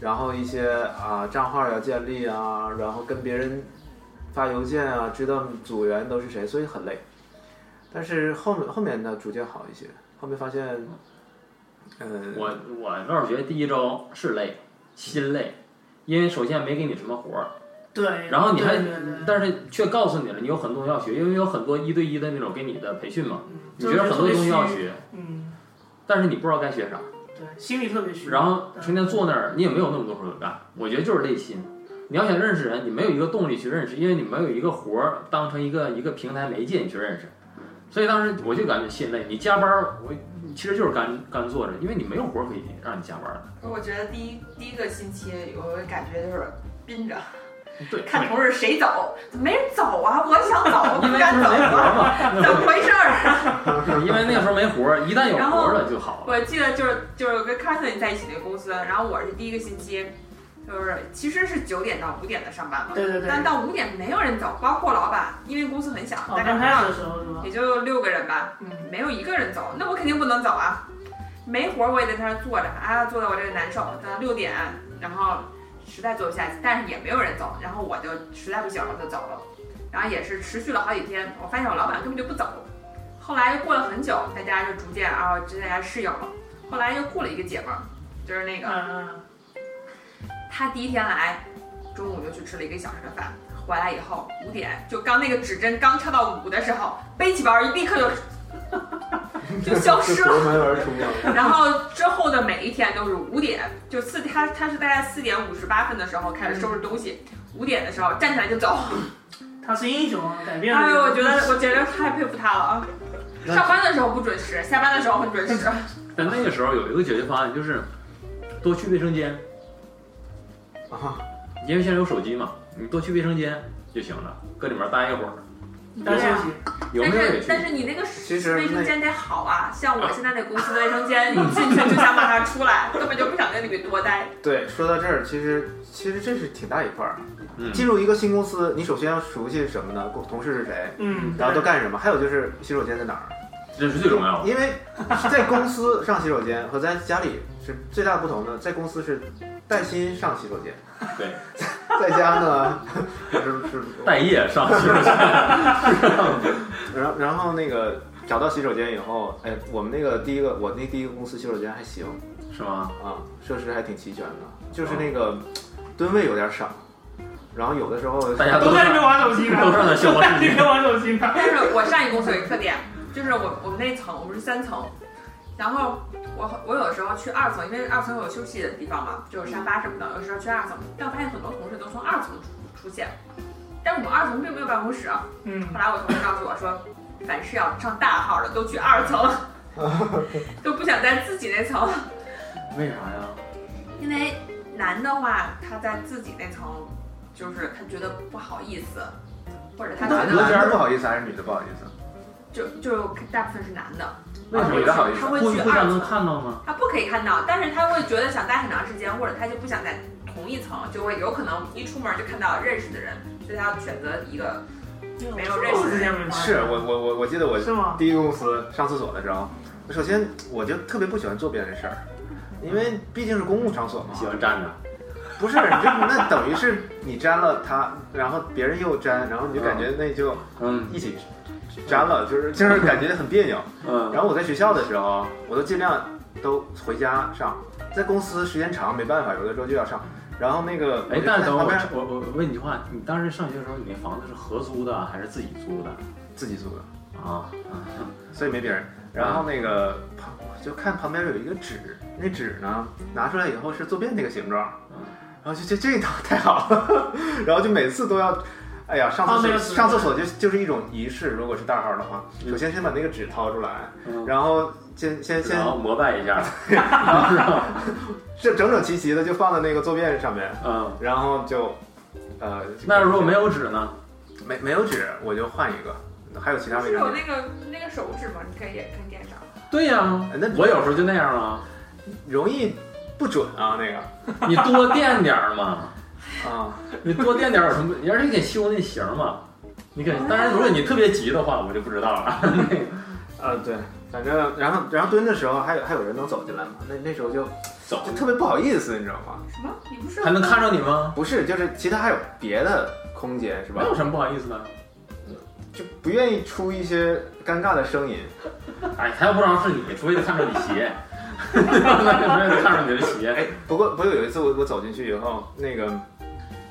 Speaker 1: 然后一些啊账号要建立啊，然后跟别人发邮件啊，知道组员都是谁，所以很累。但是后面后面呢，逐渐好一些，后面发现，嗯、
Speaker 4: 我我倒是觉得第一周是累，心累，因为首先没给你什么活儿，
Speaker 2: 对，
Speaker 4: 然后你还
Speaker 2: 对对对
Speaker 4: 但是却告诉你了，你有很多东西要学，因为有很多一对一的那种给你的培训嘛，
Speaker 2: 嗯
Speaker 4: 你觉得很多东西要，学，
Speaker 2: 嗯，
Speaker 4: 但是你不知道该学啥，
Speaker 2: 对，心里特别虚，
Speaker 4: 然后成天坐那儿，你也没有那么多事儿可干，我觉得就是累心。你要想认识人，你没有一个动力去认识，因为你没有一个活儿当成一个一个平台媒介你去认识，所以当时我就感觉心累。你加班儿，我其实就是干干坐着，因为你没有活儿可以让你加班儿的。
Speaker 3: 我觉得第一第一个星期有个感觉就是憋着，
Speaker 4: 对，
Speaker 3: 看同事谁走，没人走啊，我想走，我
Speaker 4: 因
Speaker 3: 不
Speaker 4: 为那时
Speaker 3: 敢
Speaker 4: 候
Speaker 3: 走
Speaker 4: 没活
Speaker 3: 啊，
Speaker 4: 儿嘛，
Speaker 3: 怎么回事儿？
Speaker 4: 因为那时候没活儿，一旦有活儿了就好了。
Speaker 3: 我记得就是就是跟 Catherine 在一起那个公司，然后我是第一个星期，就是其实是九点到五点的上班嘛，
Speaker 2: 对对对
Speaker 3: 但到五点没有人走，包括老板，因为公司很小，
Speaker 2: 哦，
Speaker 3: 大概
Speaker 2: 刚开始的时候是吧？
Speaker 3: 也就六个人吧，
Speaker 2: 嗯，
Speaker 3: 没有一个人走，那我肯定不能走啊，没活儿我也在那儿坐着啊，坐的我这个难受，等到六点，然后实在坐不下去，但是也没有人走，然后我就实在不行了就走了，然后也是持续了好几天，我发现我老板根本就不走，后来过了很久，大家就逐渐啊，就大家适应了，后来又雇了一个姐们儿，就是那个
Speaker 2: 嗯
Speaker 3: 她第一天来，中午就去吃了一个小时的饭，回来以后五点就刚那个指针刚敲到五的时候，背起包立刻就就 消失了。
Speaker 1: 夺门而出嘛。
Speaker 3: 然后之后的每一天都是五点，就四他他是大概四点五十八分的时候开始收拾东西，五点的时候站起来就走。
Speaker 2: 嗯，他是英雄，改变了。
Speaker 3: 哎呦，我觉得我觉得太佩服他了啊！
Speaker 1: 那
Speaker 3: 上班的时候不准时，下班的时候很准时。
Speaker 4: 但那个时候有一个解决方案，就是多去卫生间，
Speaker 1: 啊，
Speaker 4: 因为现在有手机嘛，你多去卫生间就行了，搁里面待一会儿。
Speaker 2: 单休息，
Speaker 4: 有没有也
Speaker 3: 但是
Speaker 4: 去？
Speaker 3: 但是你那个
Speaker 1: 其实那
Speaker 3: 卫生间得好啊，像我现在那公司的卫生间，你进去就想马上出来， 根本就不想在里面多待。
Speaker 1: 对，说到这儿，其实其实这是挺大一块儿。啊
Speaker 4: 嗯
Speaker 1: 进入一个新公司，你首先要熟悉什么呢？共同事是谁，
Speaker 2: 嗯，
Speaker 1: 然后都干什么？还有就是洗手间在哪儿？
Speaker 4: 这是最重要的。
Speaker 1: 因为在公司上洗手间和在家里是最大的不同的，在公司是带薪上洗手间，
Speaker 4: 对，
Speaker 1: 在家呢是是，
Speaker 4: 待业上洗 手间，
Speaker 1: 然后然后那个找到洗手间以后，哎，我们那个第一个我那第一个公司洗手间还行
Speaker 4: 是吗？
Speaker 1: 啊，设施还挺齐全的，就是那个蹲位有点少，然后有的时候
Speaker 4: 大家
Speaker 2: 都在那边玩手机呢，
Speaker 4: 都上那消
Speaker 2: 都在那
Speaker 4: 防事
Speaker 2: 边
Speaker 4: 件。
Speaker 2: 玩手机呢。
Speaker 3: 但是我上一公司有一个特点，就是我我们那层我们是三层，然后我我有时候去二层，因为二层有休息的地方嘛，就有沙发什么的，有时候去二层，但我发现很多同事都从二层出出现，但是我们二层并没有办公室啊。
Speaker 2: 嗯
Speaker 3: 后，来我同事告诉我说，凡是要上大号的都去二层， 都不想在自己那层，
Speaker 4: 为啥呀？
Speaker 3: 因为男的话他在自己那层，就是他觉得不好意思，或者他觉
Speaker 1: 男
Speaker 3: 得
Speaker 1: 男的不好意思还是女的不好意思？
Speaker 3: 就就大部分是男的。
Speaker 4: 为什么
Speaker 1: 女的好意思
Speaker 3: 他？会
Speaker 4: 互
Speaker 3: 去
Speaker 4: 互
Speaker 3: 二
Speaker 4: 相能
Speaker 3: 层，
Speaker 4: 看到吗？
Speaker 3: 他不可以看到，但是他会觉得想待很长时间，或者他就不想在同一层，就会有可能一出门就看到认识的人，所以他要选择一个没有认识的人。
Speaker 1: 嗯是我我我我记得我
Speaker 2: 是吗？
Speaker 1: 第一个公司上厕所的时候，首先我就特别不喜欢做别人事儿，因为毕竟是公共场所嘛。
Speaker 4: 喜欢站着，
Speaker 1: 不是，你这那等于是你沾了他，然后别人又沾，然后你就感觉那就
Speaker 4: 嗯
Speaker 1: 一起沾了，就是就是感觉很别扭。
Speaker 4: 嗯，
Speaker 1: 然后我在学校的时候，我都尽量都回家上，在公司时间长没办法，有的时候就要上。然后那个，
Speaker 4: 哎，但是等会
Speaker 1: 旁
Speaker 4: 儿
Speaker 1: 边
Speaker 4: 我我我问你句话，你当时上学的时候，你那房子是合租的还是自己租的？
Speaker 1: 自己租的，
Speaker 4: 啊，
Speaker 1: 所以没别人。然后那个旁就看旁边有一个纸，那纸呢拿出来以后是坐便那个形状
Speaker 4: 嗯，
Speaker 1: 然后就这这套太好了， 然后就每次都要，哎呀上
Speaker 2: 放
Speaker 1: 厕所
Speaker 2: 那个纸
Speaker 1: 上厕所就就是一种仪式，如果是大号的话，
Speaker 4: 嗯
Speaker 1: 首先先把那个纸掏出来，
Speaker 4: 嗯
Speaker 1: 然后先先先
Speaker 4: 然后膜拜一下，
Speaker 1: 这整整齐齐的就放在那个坐便上面，
Speaker 4: 嗯。
Speaker 1: 然后就呃，
Speaker 4: 那如果没有纸呢？
Speaker 1: 没没有纸，我就换一个，还有其他
Speaker 3: 不
Speaker 1: 卫
Speaker 3: 是有
Speaker 1: 生纸。
Speaker 3: 那个那个手指吗？你可以也可以垫上。
Speaker 4: 对呀、
Speaker 1: 哎那
Speaker 4: 我有时候就那样啊，
Speaker 1: 容易不准啊，那个
Speaker 4: 你多垫点儿 嘛，
Speaker 1: 啊，
Speaker 4: 你多垫点儿有什么？而且你得修那型儿嘛，你给。当然，如果你特别急的话，我就不知道了。啊
Speaker 1: 呃，对，反正然后然后蹲的时候还有还有人能走进来嘛，那那时候就
Speaker 4: 走
Speaker 1: 就，特别不好意思，你知道吗？
Speaker 3: 什么？你不是
Speaker 4: 还能看上你吗？
Speaker 1: 不是，就是其他还有别的空间是
Speaker 4: 没
Speaker 1: 吧？
Speaker 4: 有什么不好意思的。
Speaker 1: 就不愿意出一些尴尬的声音。
Speaker 4: 哎，他要不知道是你，除非他看着你鞋，除 非他看着你的鞋。
Speaker 1: 哎，不过不过有一次我我走进去以后，那个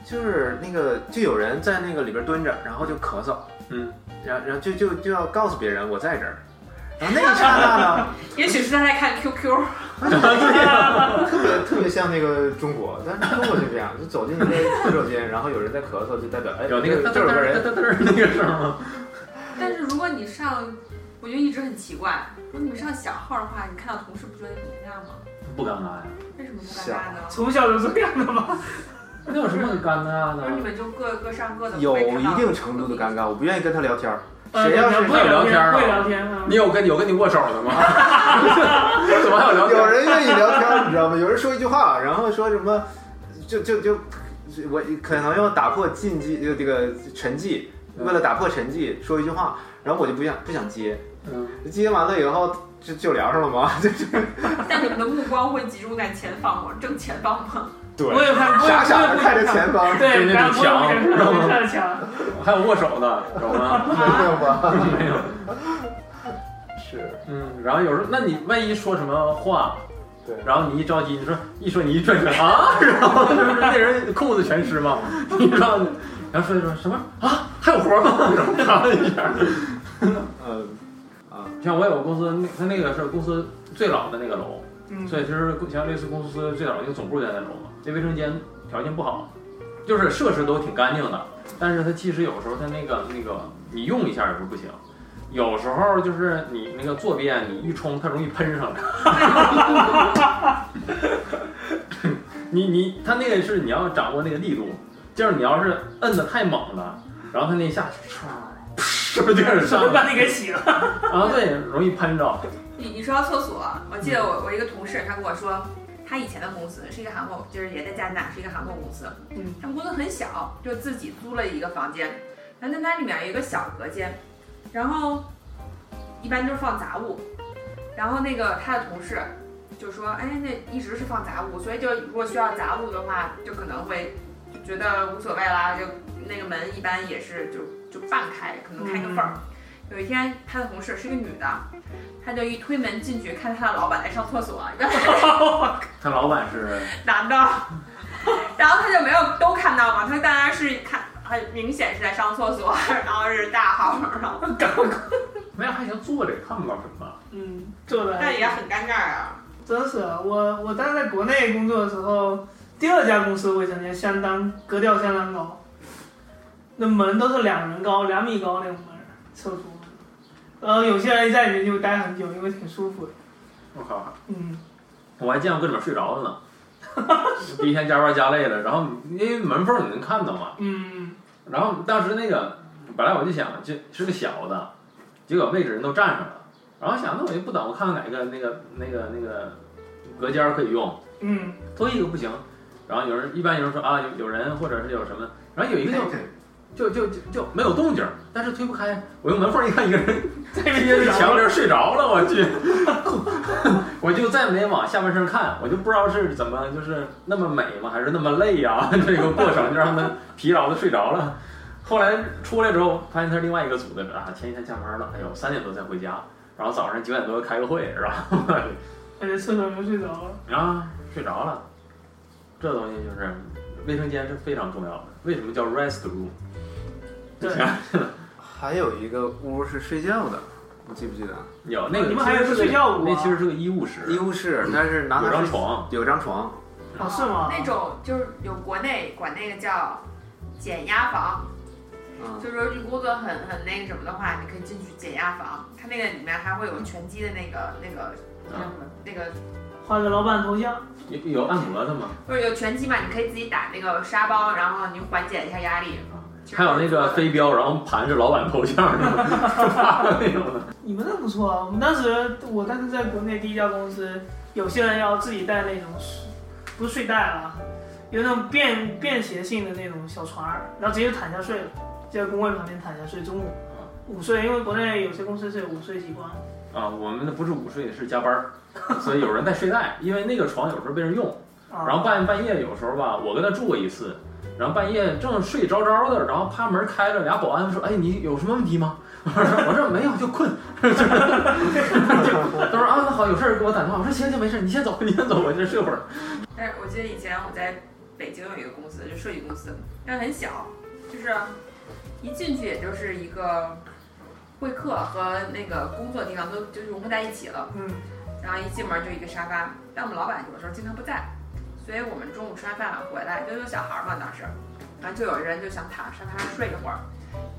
Speaker 1: 就是那个就有人在那个里边蹲着，然后就咳嗽，
Speaker 4: 嗯，
Speaker 1: 然然后就就就要告诉别人我在这儿，然后那一刹那呢。
Speaker 3: 也许是他在看 QQ，
Speaker 1: 特别特别像那个中国，但是中国就这样，就走进一个洗手间，然后有人在咳嗽，就代表哎，
Speaker 4: 有那个
Speaker 1: 这这有个人，
Speaker 4: 嘚嘚嘚那个声吗？
Speaker 3: 但是如果你上，我觉得一直很奇怪，如果你们上小号的话，你看到同事不觉得你尴尬吗？
Speaker 4: 不尴尬呀，
Speaker 3: 为什么不尴尬呢？
Speaker 2: 从小就这样的吧？
Speaker 4: 那有什么尴尬
Speaker 3: 就是你
Speaker 4: 的？
Speaker 3: 们就各各上各的，
Speaker 1: 有
Speaker 3: 不会看
Speaker 1: 一
Speaker 3: 到
Speaker 1: 定程度的尴尬，我不愿意跟他聊天儿。
Speaker 2: 呃
Speaker 1: 谁要是
Speaker 2: 不会聊
Speaker 4: 聊天啊
Speaker 2: 不会聊天啊
Speaker 4: 你。有跟有跟你握手的吗？ 怎么还有聊天
Speaker 1: 有？人愿意聊天儿，你知道吗？有人说一句话，然后说什么，就就就，我可能要打破禁忌，呃，这个沉寂，为了打破沉寂说一句话，然后我就不想不想接，
Speaker 4: 嗯，
Speaker 1: 接完了以后就就聊上了吗？就就
Speaker 3: 但你们的目光会集中在前方吗？正前方吗？
Speaker 1: 对
Speaker 2: 我也看，我也
Speaker 1: 傻傻的看着前方，
Speaker 2: 对，
Speaker 4: 对那
Speaker 2: 然
Speaker 4: 堵
Speaker 2: 后我也
Speaker 4: 墙
Speaker 2: 看我也看着墙，
Speaker 4: 还有握手的，有吗？
Speaker 1: 嗯 没有吧？
Speaker 4: 没有。
Speaker 1: 是，
Speaker 4: 嗯，然后有时候，那你万一说什么话，
Speaker 1: 对。
Speaker 4: 然后你一着急，你说一说你一转身啊， 然后就是那人裤子全湿嘛，你知道，然后说一说什么啊，还有活吗？ 然后咔一下。
Speaker 1: 嗯，啊，
Speaker 4: 像我有个公司，那他那个是公司最老的那个楼，
Speaker 2: 嗯，
Speaker 4: 所以就是像类似公司最早那个总部在那楼嘛，那卫生间条件不好，就是设施都挺干净的，但是它其实有时候它那个那个你用一下有时候不行，有时候就是你那个坐便你一冲它容易喷上来。 你你它那个是你要掌握那个力度，就是你要是摁的太猛了，然后它那一下唰，是不是就开始上
Speaker 2: 就
Speaker 4: 来？
Speaker 2: 把你给洗了。
Speaker 4: 然后对，容易喷着。
Speaker 3: 你你说到厕所，我记得我我一个同事，他跟我说，他以前的公司是一个韩国，就是也在加拿大，是一个韩国公司。
Speaker 2: 嗯，
Speaker 3: 他们公司很小，就自己租了一个房间，然后在那里面有一个小隔间，然后一般就是放杂物，然后那个他的同事就说，哎，那一直是放杂物，所以就如果需要杂物的话，就可能会就觉得无所谓啦，就那个门一般也是就就半开，可能开个缝儿。有一天，他的同事是一个女的，她就一推门进去，看她的老板在上厕所，原来是
Speaker 4: 他老板是
Speaker 3: 男的，然后他就没有都看到嘛，他当然是看很明显是在上厕所，然后是大号，然后
Speaker 4: 没有还行，坐着也看不到什么。
Speaker 2: 嗯，做的。
Speaker 3: 但也很尴尬啊。
Speaker 2: 真是啊我我当时在国内工作的时候，第二家公司卫生间相当格调相当高，那门都是两人高、两米高那种门，厕所门。然后有些人在里面就待很久，因为挺舒服的。
Speaker 4: 我靠，
Speaker 2: 嗯，
Speaker 4: 我还见过搁里面睡着的呢。 第一天加班加累了，然后因为门缝你能看到嘛，
Speaker 2: 嗯，
Speaker 4: 然后当时那个本来我就想就是个小的，结果位置人都占上了，然后想那我就不等，我看看哪个那个那个那个隔间儿可以用，
Speaker 2: 嗯，
Speaker 4: 都一个不行，然后有人一般有人说啊有有人或者是有什么，然后有一
Speaker 1: 嗯哎
Speaker 4: 个就就就就就没有动静儿，但是推不开，我用门缝一看一个人
Speaker 2: 在
Speaker 4: 那
Speaker 2: 里
Speaker 4: 边
Speaker 2: 面
Speaker 4: 在墙
Speaker 2: 了。
Speaker 4: 边睡着了，我去， 我就再没往下半身看，我就不知道是怎么就是那么美吗，还是那么累呀、 这个过程就让他疲劳的睡着了。后来出来之后，发现他是另外一个组的人啊，前一天下班了，哎呦，三点多才回家，然后早上九点多开个会，然 后
Speaker 2: 在厕所里面睡着了。
Speaker 4: 啊 睡着了。这东西就是卫生间是非常重要的，为什么叫 rest room？
Speaker 2: 对，
Speaker 1: 还有一个屋是睡觉的，你记不记得？
Speaker 4: 有那个
Speaker 2: 你们还有
Speaker 4: 其实是个
Speaker 2: 睡觉屋啊
Speaker 4: 那其实是个医务室，
Speaker 1: 医务室，但是拿它
Speaker 4: 有张
Speaker 1: 睡，
Speaker 4: 床。
Speaker 1: 有张床，
Speaker 2: 哦，是吗？
Speaker 3: 那种就是有国内管那个叫减压房，
Speaker 1: 嗯，
Speaker 3: 就是说你工作很很那个什么的话，你可以进去减压房，它那个里面还会有拳击的那个那个叫什么那个，
Speaker 2: 画个老板头像。
Speaker 4: 有有按摩的吗？
Speaker 3: 不是有拳击嘛，你可以自己打那个沙包，然后你缓解一下压力。其实
Speaker 4: 还有那个飞镖，然后盘着老板头像的，发的那种的。
Speaker 2: 你们那不错啊！我们当时，我当时在国内第一家公司，有些人要自己带那种，不是睡袋啊，有那种便便携性的那种小床儿，然后直接就躺下睡了，就在工位旁边躺下睡。中午午睡，因为国内有些公司是有午睡习惯。
Speaker 4: 啊，我们的不是午睡是加班儿，所以有人带睡袋，因为那个床有时候被人用，
Speaker 2: 啊、
Speaker 4: 然后半半夜有时候吧，我跟他住过一次，然后半夜正睡着着的，然后啪门开了，俩保安说：“哎，你有什么问题吗？” 我说：“我说没有，就困。”他说：“啊，那好，有事儿给我打电话。”我说：“行行，没事，你先走，你先走，我先睡会儿。
Speaker 3: 但是我记得以前我在北京有一个公司，就设计公司，但很小，就是一进去也就是一个会客和那个工作地方都就融合在一起了。
Speaker 2: 嗯，
Speaker 3: 然后一进门就一个沙发，但我们老板有的时候经常不在，所以我们中午吃完饭回来，就有小孩嘛当时，然后就有人就想躺沙发上睡一会儿，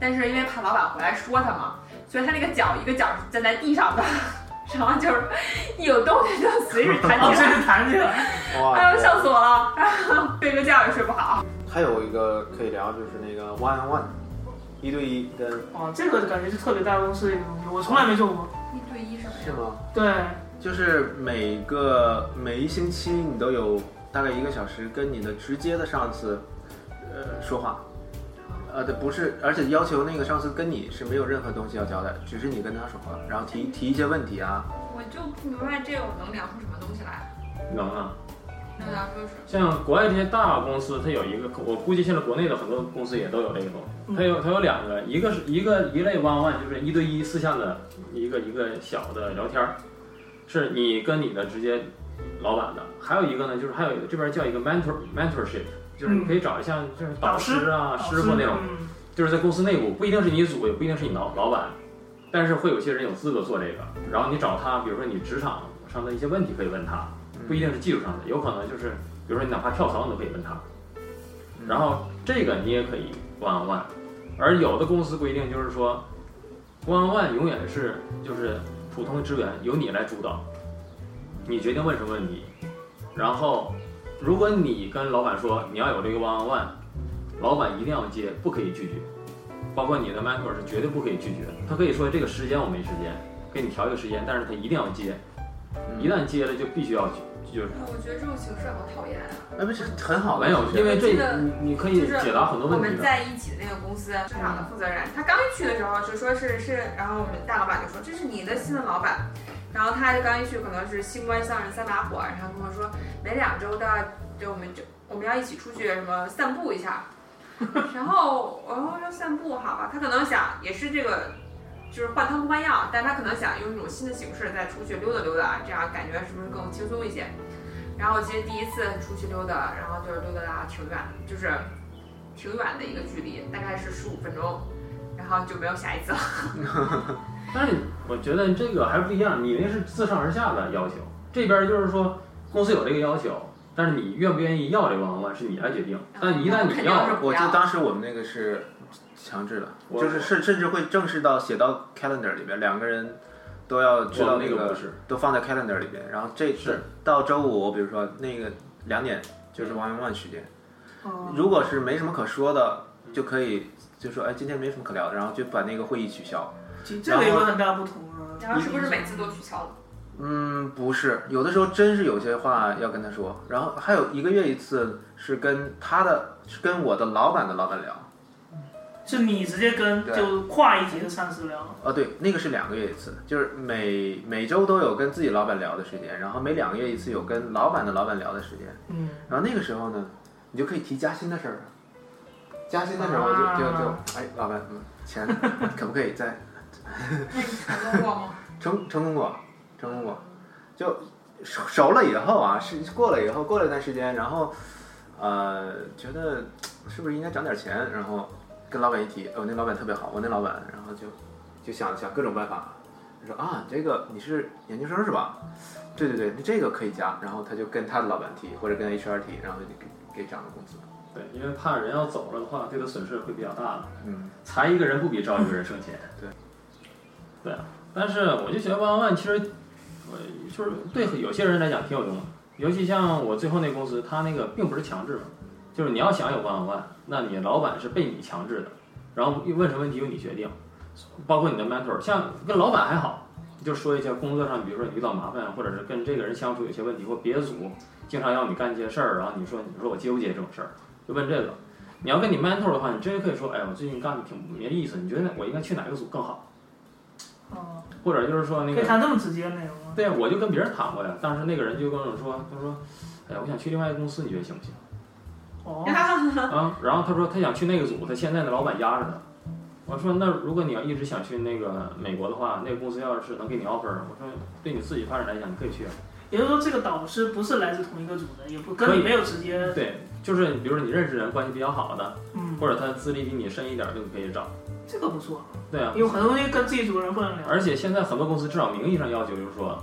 Speaker 3: 但是因为怕老板回来说他嘛，所以他那个脚一个脚是站在地上的， 然后就是一有动静就随 时弹
Speaker 2: 哦，
Speaker 3: 起
Speaker 2: 这
Speaker 3: 来，
Speaker 2: 是弹起来，
Speaker 1: 哇
Speaker 3: 哎，呦笑死我了， 睡个觉也睡不好。
Speaker 1: 还有一个可以聊就是那个 one on one，一对一跟
Speaker 2: 哦，这个感觉是特别大公司的一个东西，我从来没做过。
Speaker 3: 一对一什么
Speaker 1: 是
Speaker 3: 呀？
Speaker 1: 吗？
Speaker 2: 对，
Speaker 1: 就是每个每一星期你都有大概一个小时跟你的直接的上司，呃，说话，呃，对，不是，而且要求那个上司跟你是没有任何东西要交代，只是你跟他说话，然后提
Speaker 4: 嗯
Speaker 1: 提一些问题啊，
Speaker 3: 我就不明白这个我能聊出什么东西来。
Speaker 4: 能啊。
Speaker 3: 那咱说是
Speaker 4: 像国外这些大公司，它有一个，我估计现在国内的很多公司也都有这个东西。它有它有两个，一个是一个一类 one one，就是一对一私下的一个一个小的聊天儿，是你跟你的直接老板的。还有一个呢，就是还有一个这边叫一个 mentor mentorship，就是你可以找一下就是嗯导师啊、
Speaker 2: 老
Speaker 4: 师傅那种，
Speaker 2: 嗯
Speaker 4: 就是在公司内部，不一定是你组，也不一定是你老老板，但是会有些人有资格做这个。然后你找他，比如说你职场上的一些问题可以问他。不一定是技术上的，有可能就是，比如说你哪怕跳槽，你都可以问他。
Speaker 1: 嗯
Speaker 4: 然后这个你也可以 one on one，而有的公司规定就是说，one on one 永远是就是普通职员由你来主导，你决定问什么问题。然后，如果你跟老板说你要有这个 one on one，老板一定要接，不可以拒绝。包括你的 mentor 是绝对不可以拒绝的，他可以说这个时间我没时间，给你调一个时间，但是他一定要接，
Speaker 1: 嗯
Speaker 4: 一旦接了就必须要就是
Speaker 3: 我觉得这种形式好讨厌啊。
Speaker 1: 哎，不是很好
Speaker 4: 没有，因为
Speaker 3: 我
Speaker 4: 这
Speaker 3: 记得
Speaker 4: 你你可以解答很多
Speaker 3: 我
Speaker 4: 问
Speaker 3: 们
Speaker 4: 题的。
Speaker 3: 在一起的那个公司市场的负责人，他刚一去的时候就说是是，然后我们大老板就说这是你的新的老板，然后他刚一去可能是新官上任三把火，然后跟我说每两周的就我们就我们要一起出去什么散步一下，然后然后说散步好吧，他可能想也是这个。就是换汤不换药，但他可能想用一种新的形式再出去溜达溜达，这样感觉是不是更轻松一些？然后其实第一次出去溜达，然后就是溜达到挺远，就是挺远的一个距离，大概是十五分钟，然后就没有下一次了。
Speaker 4: 但是我觉得这个还不一样，你那是自上而下的要求，这边就是说公司有这个要求，但是你愿不愿意要这个 one on one 是你来决定。但一旦
Speaker 3: 肯
Speaker 4: 你
Speaker 3: 定是
Speaker 4: 要，
Speaker 1: 我
Speaker 3: 不
Speaker 1: 记得
Speaker 3: 要。
Speaker 1: 当时我们那个是强制的，
Speaker 4: 我
Speaker 1: 就是甚甚至会正式到写到 calendar 里边，两个人都要知
Speaker 4: 我
Speaker 1: 道
Speaker 4: 们
Speaker 1: 那
Speaker 4: 那个
Speaker 1: 个
Speaker 4: 不是
Speaker 1: 都放在 calendar 里边。然后这
Speaker 4: 是
Speaker 1: 到周五，比如说那个两点就是 one on one 时间，
Speaker 2: 哦
Speaker 1: 如果是没什么可说的，就可以就说哎今天没什么可聊的，然后就把那个会议取消。
Speaker 2: 其这个也有很大不同啊。
Speaker 3: 然后是不是每次都取 消了？
Speaker 1: 嗯，不是，有的时候真是有些话要跟他说。然后还有一个月一次是跟他的是跟我的老板的老板聊。
Speaker 2: 是你直接跟
Speaker 1: 对
Speaker 2: 就跨一级的上司聊，
Speaker 1: 哦，对，那个是两个月一次，就是每每周都有跟自己老板聊的时间，然后每两个月一次有跟老板的老板聊的时间。
Speaker 2: 嗯，
Speaker 1: 然后那个时候呢，你就可以提加薪的事儿了。加薪的时候我就就就，哎，老板，嗯，钱可不可以再
Speaker 3: 那你成功过吗？
Speaker 1: 成成功过？成功过，就熟熟了以后啊，是过了以后，过了一段时间，然后呃，觉得是不是应该涨点钱？然后跟老板一提，我、那老板特别好，我那老板，然后就就想想各种办法，说啊，这个你是研究生是吧？对对对，那这个可以加。然后他就跟他的老板提，或者跟 HR 提，然后就给给涨了工资。
Speaker 4: 对，因为怕人要走了的话，对他损失会比较大的。
Speaker 1: 嗯，
Speaker 4: 裁一个人不比招一个人省钱。
Speaker 1: 对，
Speaker 4: 对啊。但是我就觉得万万其实，呃，就是对有些人来讲挺有用的，尤其像我最后那公司，它那个并不是强制嘛，就是你要想有万万，那你老板是被你强制的，然后问什么问题由你决定，包括你的 mentor，像跟老板还好。就说一些工作上，比如说你遇到麻烦，啊或者是跟这个人相处有些问题，或别组经常要你干一些事儿，然后你说你说我接不接这种事儿，就问这个。你要跟你 mentor 的话，你直接可以说，哎，我最近干的挺没意思，你觉得我应该去哪个组更好？
Speaker 2: 哦，
Speaker 4: 或者就是说那
Speaker 2: 可以
Speaker 4: 个，
Speaker 2: 谈这么直接的内容吗？
Speaker 4: 对，我就跟别人谈过呀，当时那个人就跟我说，他说，哎呀，我想去另外一个公司，你觉得行不行？
Speaker 2: 哦，
Speaker 4: 啊，然后他说他想去那个组，他现在的老板压着他。我说那如果你要一直想去那个美国的话，那个公司要是能给你 offer，我说对你自己发展来讲，你可以去啊。
Speaker 2: 也就是说，这个导师不是来自同一个组的，也不
Speaker 4: 可
Speaker 2: 跟
Speaker 4: 以
Speaker 2: 你没有直接，
Speaker 4: 对，就是比如说你认识人关系比较好的，
Speaker 2: 嗯，
Speaker 4: 或者他资历比你深一点儿，就可以找。
Speaker 2: 这个不错，
Speaker 4: 对啊，
Speaker 2: 因为很多东西跟自己组的人不能聊。
Speaker 4: 而且现在很多公司至少名义上要求就是说，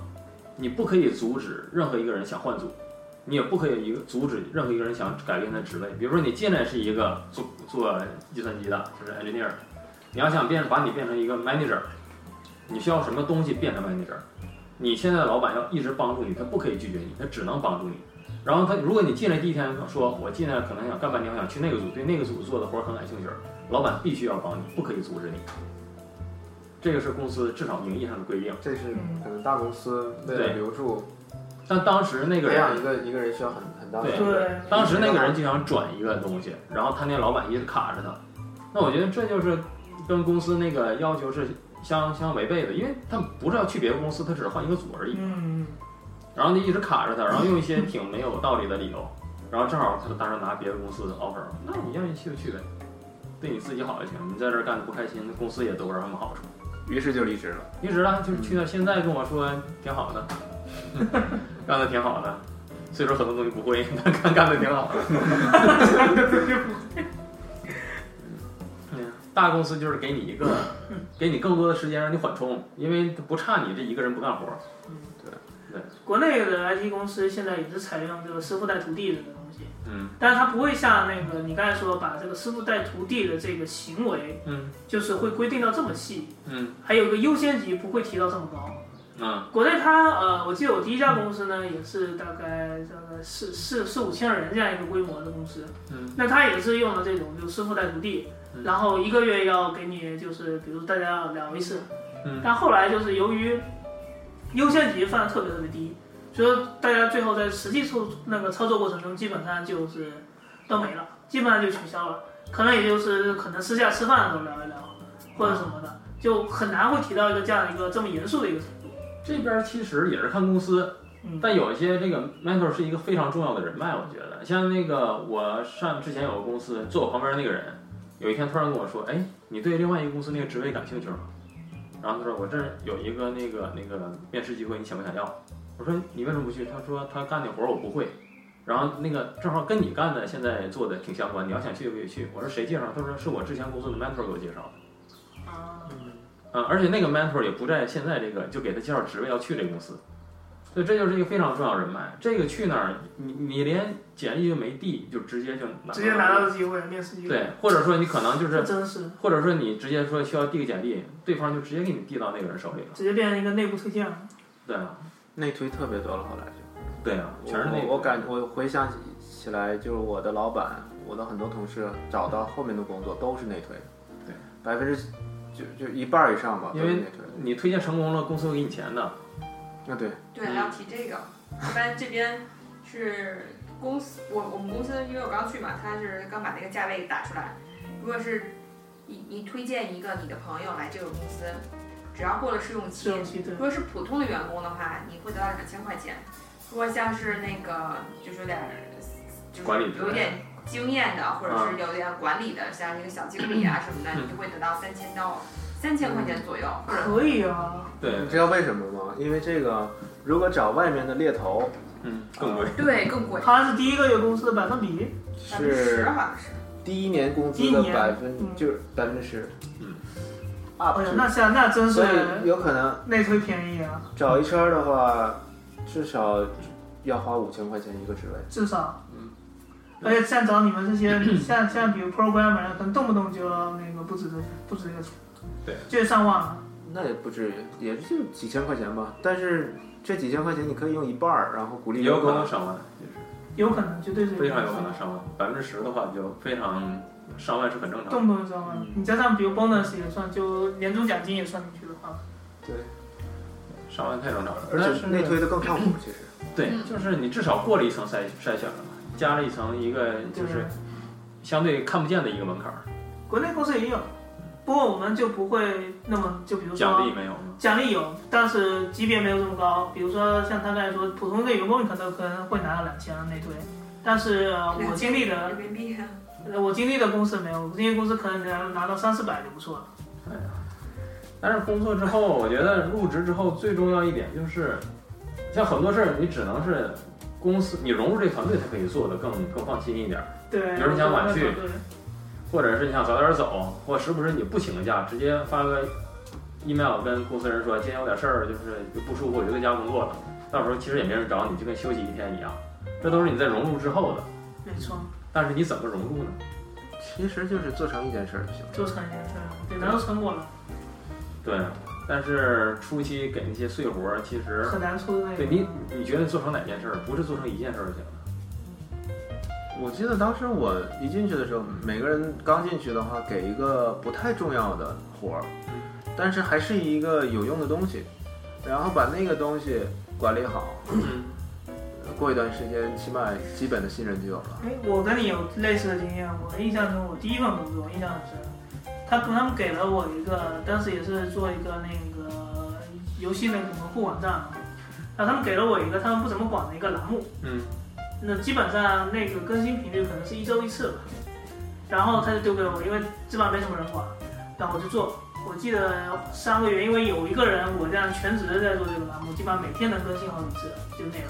Speaker 4: 你不可以阻止任何一个人想换组，你也不可以一个阻止任何一个人想改变他的职位。比如说你进来是一个做做计算机的，就是 engineer，你要想变把你变成一个 manager，你需要什么东西变成 manager？你现在的老板要一直帮助你，他不可以拒绝你，他只能帮助你。然后他，如果你进来第一天说，我进来可能想干半天，我想去那个组，对那个组做的活儿很感兴趣儿，老板必须要帮你，不可以阻止你。这个是公司至少名义上的规定。
Speaker 1: 这是
Speaker 2: 嗯
Speaker 1: 可能大公司为了
Speaker 4: 对
Speaker 1: 留住
Speaker 4: 但当时那个
Speaker 1: 培养一
Speaker 4: 人，
Speaker 1: 个一个人需要很很大的
Speaker 4: 对
Speaker 1: 努力
Speaker 2: 对，
Speaker 4: 当时那个人就想转一个东西，然后他那老板一直卡着他。那我觉得这就是跟公司那个要求是相相违背的，因为他不是要去别的公司，他只是换一个组而已。
Speaker 2: 嗯，
Speaker 4: 然后他一直卡着他，然后用一些挺没有道理的理由，然后正好他当时拿别的公司的 offer，那你愿意去就去呗，对你自己好就行。你在这儿干的不开心，公司也得不着什么好处。
Speaker 5: 于是就离职了。
Speaker 4: 离职了，就是去那儿现在跟我说挺好的，干的挺好的，虽说很多东西不会，但干干的挺好的。嗯大公司就是给你一个，给你更多的时间让你缓冲，因为它不差你这一个人不干活。
Speaker 2: 国内的 IT 公司现在也是采用这个师傅带徒弟这个东西，
Speaker 4: 嗯
Speaker 2: 但是他不会像那个你刚才说把这个师傅带徒弟的这个行为，
Speaker 4: 嗯
Speaker 2: 就是会规定到这么细，
Speaker 4: 嗯
Speaker 2: 还有一个优先级不会提到这么高。
Speaker 4: 啊
Speaker 2: 国内它呃，我记得我第一家公司呢，也是大概这个四四四五千人这样一个规模的公司，
Speaker 4: 嗯，
Speaker 2: 那它也是用的这种就师傅带徒弟，
Speaker 4: 嗯
Speaker 2: 然后一个月要给你就是比如大家聊一次，
Speaker 4: 嗯
Speaker 2: 但后来就是由于优先级放的特别特别低，所以说大家最后在实际操那个操作过程中基本上就是嗯都没了，基本上就取消了，可能也就是可能私下吃饭的时候聊一聊或者什么
Speaker 4: 嗯
Speaker 2: 的，就很难会提到一个这样一个这么严肃的一个程度，
Speaker 4: 这边其实也是看公司，
Speaker 2: 嗯。
Speaker 4: 但有一些这个 mentor 是一个非常重要的人脉，我觉得，像那个我上之前有个公司坐我旁边那个人，有一天突然跟我说，哎，你对另外一个公司那个职位感兴趣吗？然后他说我这儿有一个那个那个面试机会，你想不想要？我说你为什么不去？他说他干的活儿我不会，然后那个正好跟你干的现在做的挺相关，你要想去就可以去。我说谁介绍？他说是我之前公司的 mentor 给我介绍的。
Speaker 2: 啊，
Speaker 4: 嗯，而且那个 mentor 也不在现在这个，就给他介绍职位要去这个公司，所以这就是一个非常重要的人脉。这个去那儿，你你连简历就没递，就直接就拿
Speaker 2: 直接拿到的机会，面试机会，，
Speaker 4: 对，或者说你可能就是，
Speaker 2: 真是
Speaker 4: 或者说你直接说需要递个简历，对方就直接给你递到那个人手里了。
Speaker 2: 直接变成一个内部推荐了。
Speaker 4: 对啊，
Speaker 1: 内推特别多了，后来就。
Speaker 4: 对啊，全是那个
Speaker 1: 我我感我回想起起来，就是我的老板，我的很多同事找到后面的工作都是内推，
Speaker 4: 对，
Speaker 1: 百分之就啊就一半儿以上吧，
Speaker 4: 因
Speaker 1: 都是
Speaker 4: 为
Speaker 1: 内推。
Speaker 4: 你推荐成功了，公司会给你钱的。
Speaker 1: 啊，对，
Speaker 3: 对，还要提这个。一般这边是公司，我我们公司因为我刚去嘛，他是刚把那个价位打出来。如果是你你推荐一个你的朋友来这个公司，只要过了试用
Speaker 2: 试
Speaker 3: 期
Speaker 2: 用，期对
Speaker 3: 如，果是普通的员工的话，你会得到两千块钱。如果像是那个就是有点儿就是
Speaker 4: 管理职啊
Speaker 3: 有点经验的，或者是有点管理的，像一个小经理啊什么的，
Speaker 4: 嗯
Speaker 3: 你就会得到三千到三千块钱左右，或者
Speaker 2: 可以啊，
Speaker 4: 对
Speaker 1: 你，知道为什么吗？因为这个，如果找外面的猎头
Speaker 4: 嗯，更贵。
Speaker 3: 对更贵，
Speaker 2: 它是第一个月公司的百分比，
Speaker 3: 百分之十
Speaker 1: 是
Speaker 3: 好像是。
Speaker 1: 第一年工资
Speaker 2: 第一
Speaker 1: 的
Speaker 2: 年
Speaker 1: 百分
Speaker 2: 嗯
Speaker 1: 就是百分之十，
Speaker 4: 嗯
Speaker 1: ，up，
Speaker 2: 哎呀，
Speaker 1: to，
Speaker 2: 那下那真
Speaker 1: 所
Speaker 2: 是
Speaker 1: 以有可能
Speaker 2: 内推便宜啊，
Speaker 1: 找一圈儿的话，至少要花五千块钱一个职位。
Speaker 2: 至少
Speaker 4: 嗯。
Speaker 2: 而且像找你们这 些，像像比如 programmer，可能动不动就要那个不止这不止这个钱，
Speaker 4: 对，
Speaker 2: 就上万了。
Speaker 1: 那也不至于，也就几千块钱吧。但是这几千块钱你可以用一半儿，然后鼓励
Speaker 4: 也
Speaker 1: 员
Speaker 4: 有可
Speaker 1: 工
Speaker 4: 能。上万，
Speaker 2: 有可能，绝对是
Speaker 4: 非常有可能上万，百分之十的话就非常上万是很正常的。
Speaker 2: 动不动上万。
Speaker 4: 嗯
Speaker 2: 你加上比如 bonus 也算，就年终奖金也算进去的话，
Speaker 1: 对，
Speaker 4: 上万太正常了，
Speaker 1: 而且
Speaker 4: 但
Speaker 1: 内
Speaker 4: 是
Speaker 1: 推的更靠谱，其 实。
Speaker 4: 对，
Speaker 3: 嗯
Speaker 4: 就是你至少过了一层筛筛选了嘛，加了一层一个嗯就是相对看不见的一个门槛儿，
Speaker 2: 国内公司也有，不过我们就不会那么就比如说
Speaker 4: 奖励没有吗？
Speaker 2: 奖励有，但是级别没有这么高。比如说像他刚才说，普通的员工你可能可能会拿到两千内推，但是、呃我经历的
Speaker 3: 人民币，
Speaker 2: 呃我经历的公司没有，我经历公司可能拿拿到三四百就不错了。
Speaker 4: 但是工作之后，我觉得入职之后最重要一点就是像很多事儿你只能是公司你融入这团队，才可以做的更更放心一点儿。
Speaker 2: 对，
Speaker 4: 比如你想晚去
Speaker 2: 对，
Speaker 4: 或者是你想早点走，或时不时你不请个假，直接发个 email 跟公司人说今天有点事儿，就是就不舒服，我就在家工作了。到时候其实也没人找你，就跟休息一天一样。这都是你在融入之后的，
Speaker 2: 没错，
Speaker 4: 但是你怎么融入呢？
Speaker 1: 其实就是做成一件事儿就行了。
Speaker 2: 做成一件事儿，对，拿到成果了，
Speaker 4: 对，但是初期给那些碎活儿，其实
Speaker 2: 很啊难出那
Speaker 4: 对
Speaker 2: 个。
Speaker 4: 你你觉得做成哪件事儿，不是做成一件事儿就行了。
Speaker 1: 我记得当时我一进去的时候，每个人刚进去的话，给一个不太重要的活儿，但是还是一个有用的东西，然后把那个东西管理好，
Speaker 4: 嗯，
Speaker 1: 过一段时间，起码基本的信任就有了。
Speaker 2: 哎，我跟你有类似的经验。我印象中，我第一份工作印象很深，他他们给了我一个，当时也是做一个那个游戏那个门户网站啊，然后他们给了我一个他们不怎么管的一个栏目，
Speaker 4: 嗯，
Speaker 2: 那基本上那个更新频率可能是一周一次吧，然后他就丢给我，因为基本上没什么人管，然后我就做。我记得三个月，因为有一个人我这样全职的在做这个栏目，基本上每天能更新好几次，就内容。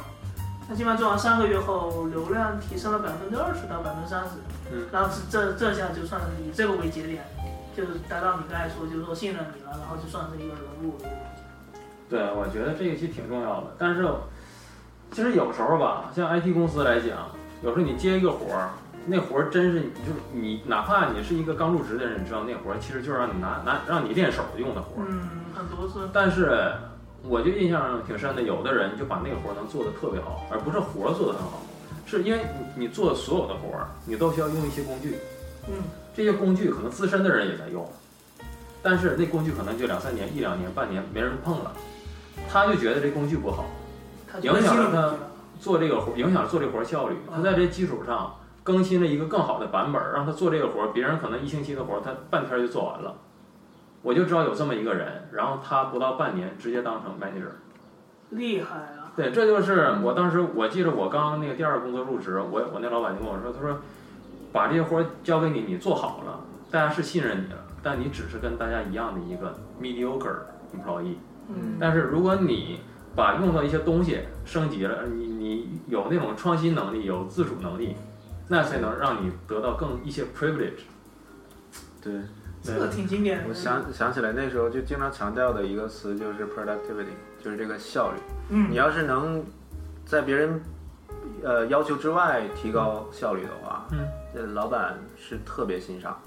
Speaker 2: 那基本上做完三个月后，流量提升了百分之二十到百分之三十，
Speaker 4: 嗯，
Speaker 2: 然后这这下就算是以这个为节点，就是达到你刚才说，就是说信任你了，然后就算是一个融入。
Speaker 4: 对，我觉得这一期挺重要的。但是其实有时候吧，像 IT 公司来讲，有时候你接一个活儿，那活儿真是就是你，哪怕你是一个刚入职的人，你知道那活儿其实就是让你拿拿让你练手用的活儿。
Speaker 2: 嗯，很多是
Speaker 4: 但是我就印象挺深的，有的人就把那个活儿能做得特别好，而不是活儿做得很好，是因为你你做所有的活儿，你都需要用一些工具，
Speaker 2: 嗯，
Speaker 4: 这些工具可能资深的人也在用，但是那工具可能就两三年、一两年、半年没人碰了，他就觉得这工具不好，
Speaker 2: 他
Speaker 4: 影响了他
Speaker 2: 他。
Speaker 4: 做这个活儿影响了做这活儿效率，他在这基础上。更新了一个更好的版本儿，让他做这个活儿，别人可能一星期的活儿，他半天儿就做完了。我就知道有这么一个人，然后他不到半年直接当成 manager，
Speaker 2: 厉害啊！
Speaker 4: 对，这就是我当时我记得我刚那个第二个工作入职，我我那老板就跟我说，他说把这些活儿交给你，你做好了，大家是信任你了，但你只是跟大家一样的一个 mediocre employee。
Speaker 2: 嗯，
Speaker 4: 但是如果你把用到一些东西升级了，你你有那种创新能力，有自主能力，那才能让你得到更一些 privilege。
Speaker 1: 对，
Speaker 2: 这个挺经典的。
Speaker 1: 我想想起来那时候就经常强调的一个词就是 productivity，就是这个效率。
Speaker 2: 嗯，
Speaker 1: 你要是能在别人呃要求之外提高效率的话，
Speaker 4: 嗯，
Speaker 1: 这老板是特别欣赏，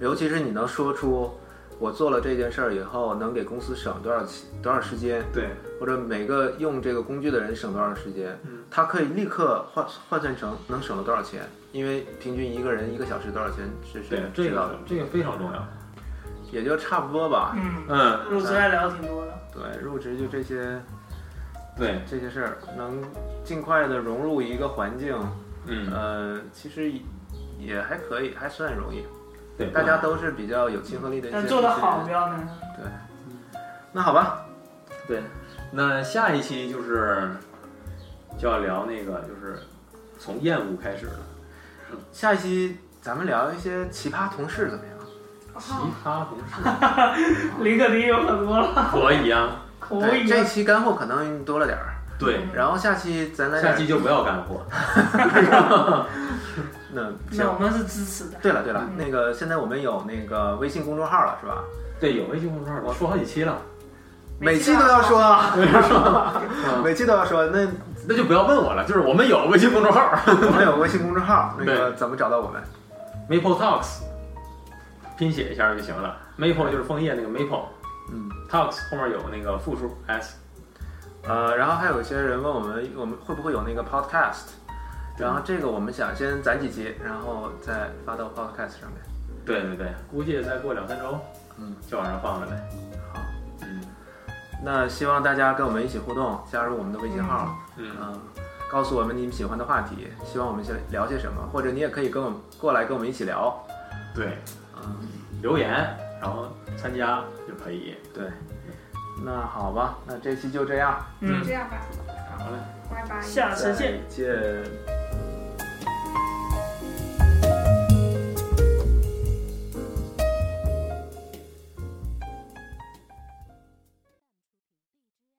Speaker 1: 尤其是你能说出我做了这件事儿以后能给公司省多少钱多少时间，
Speaker 4: 对，
Speaker 1: 或者每个用这个工具的人省多少时间，
Speaker 4: 嗯
Speaker 1: 他可以立刻换换算成能省了多少钱，因为平均一个人一个小时多少钱是
Speaker 4: 对
Speaker 1: 是，
Speaker 4: 这
Speaker 1: 知道
Speaker 4: 个
Speaker 1: 的，
Speaker 4: 这个非常重要。
Speaker 1: 也就差不多吧。
Speaker 2: 嗯，
Speaker 4: 嗯，
Speaker 2: 入职还聊挺多的。
Speaker 1: 对，入职就这些
Speaker 4: 对，
Speaker 1: 这些事儿，能尽快的融入一个环境，
Speaker 4: 嗯，
Speaker 1: 呃，其实也还可以，还算容易。
Speaker 4: 对，
Speaker 1: 大家都是比较有亲和力的一些。
Speaker 2: 但做得好不要难。
Speaker 1: 那好吧，
Speaker 4: 那下一期就是就要聊那个，就是从厌恶开始的
Speaker 1: 下一期咱们聊一些奇葩同事怎么样？
Speaker 3: 哦
Speaker 4: 奇葩同事，
Speaker 2: 林肯迪有很多了，
Speaker 4: 可以啊。
Speaker 2: 可
Speaker 1: 对
Speaker 2: 以
Speaker 1: 这
Speaker 2: 啊。
Speaker 1: 期干货可能多了点儿，
Speaker 4: 对，
Speaker 1: 然后下期咱来点儿
Speaker 4: 下期就不要干货。
Speaker 1: 那
Speaker 2: 那
Speaker 1: 行。
Speaker 2: 我们是支持的。
Speaker 1: 对了对了，
Speaker 2: 嗯
Speaker 1: 那个现在我们有那个微信公众号了，是吧？
Speaker 4: 对，有微信公众号，我说好几期了，
Speaker 1: 每期都要说啊，
Speaker 4: 嗯
Speaker 1: 每期都要说。那
Speaker 4: 那就不要问我了。就是我们有微信公众号
Speaker 1: 我们有微信公众号，那个怎么找到我们？
Speaker 4: ，Maple Talks，拼写一下就行了。Maple 就是枫叶那个 Maple，
Speaker 1: 嗯
Speaker 4: ，Talks 后面有那个复数 s，
Speaker 1: 呃，然后还有一些人问我们，我们会不会有那个 podcast？然后这个我们想先攒几集，然后再发到 podcast 上面。
Speaker 4: 对对对，估计再过两三周，
Speaker 1: 嗯，
Speaker 4: 就往上放了呗。
Speaker 1: 好，
Speaker 4: 嗯
Speaker 1: 那希望大家跟我们一起互动，加入我们的微信号，
Speaker 4: 嗯
Speaker 1: 嗯、。告诉我们你们喜欢的话题，希望我们先聊些什么，或者你也可以跟我们过来跟我们一起聊。嗯
Speaker 4: 对，留言，然后参加就可以。
Speaker 1: 那好吧，那这期就这样，
Speaker 2: 嗯
Speaker 3: 这，样吧，
Speaker 4: 好嘞，
Speaker 3: 拜拜。
Speaker 2: 下次见。
Speaker 1: 见。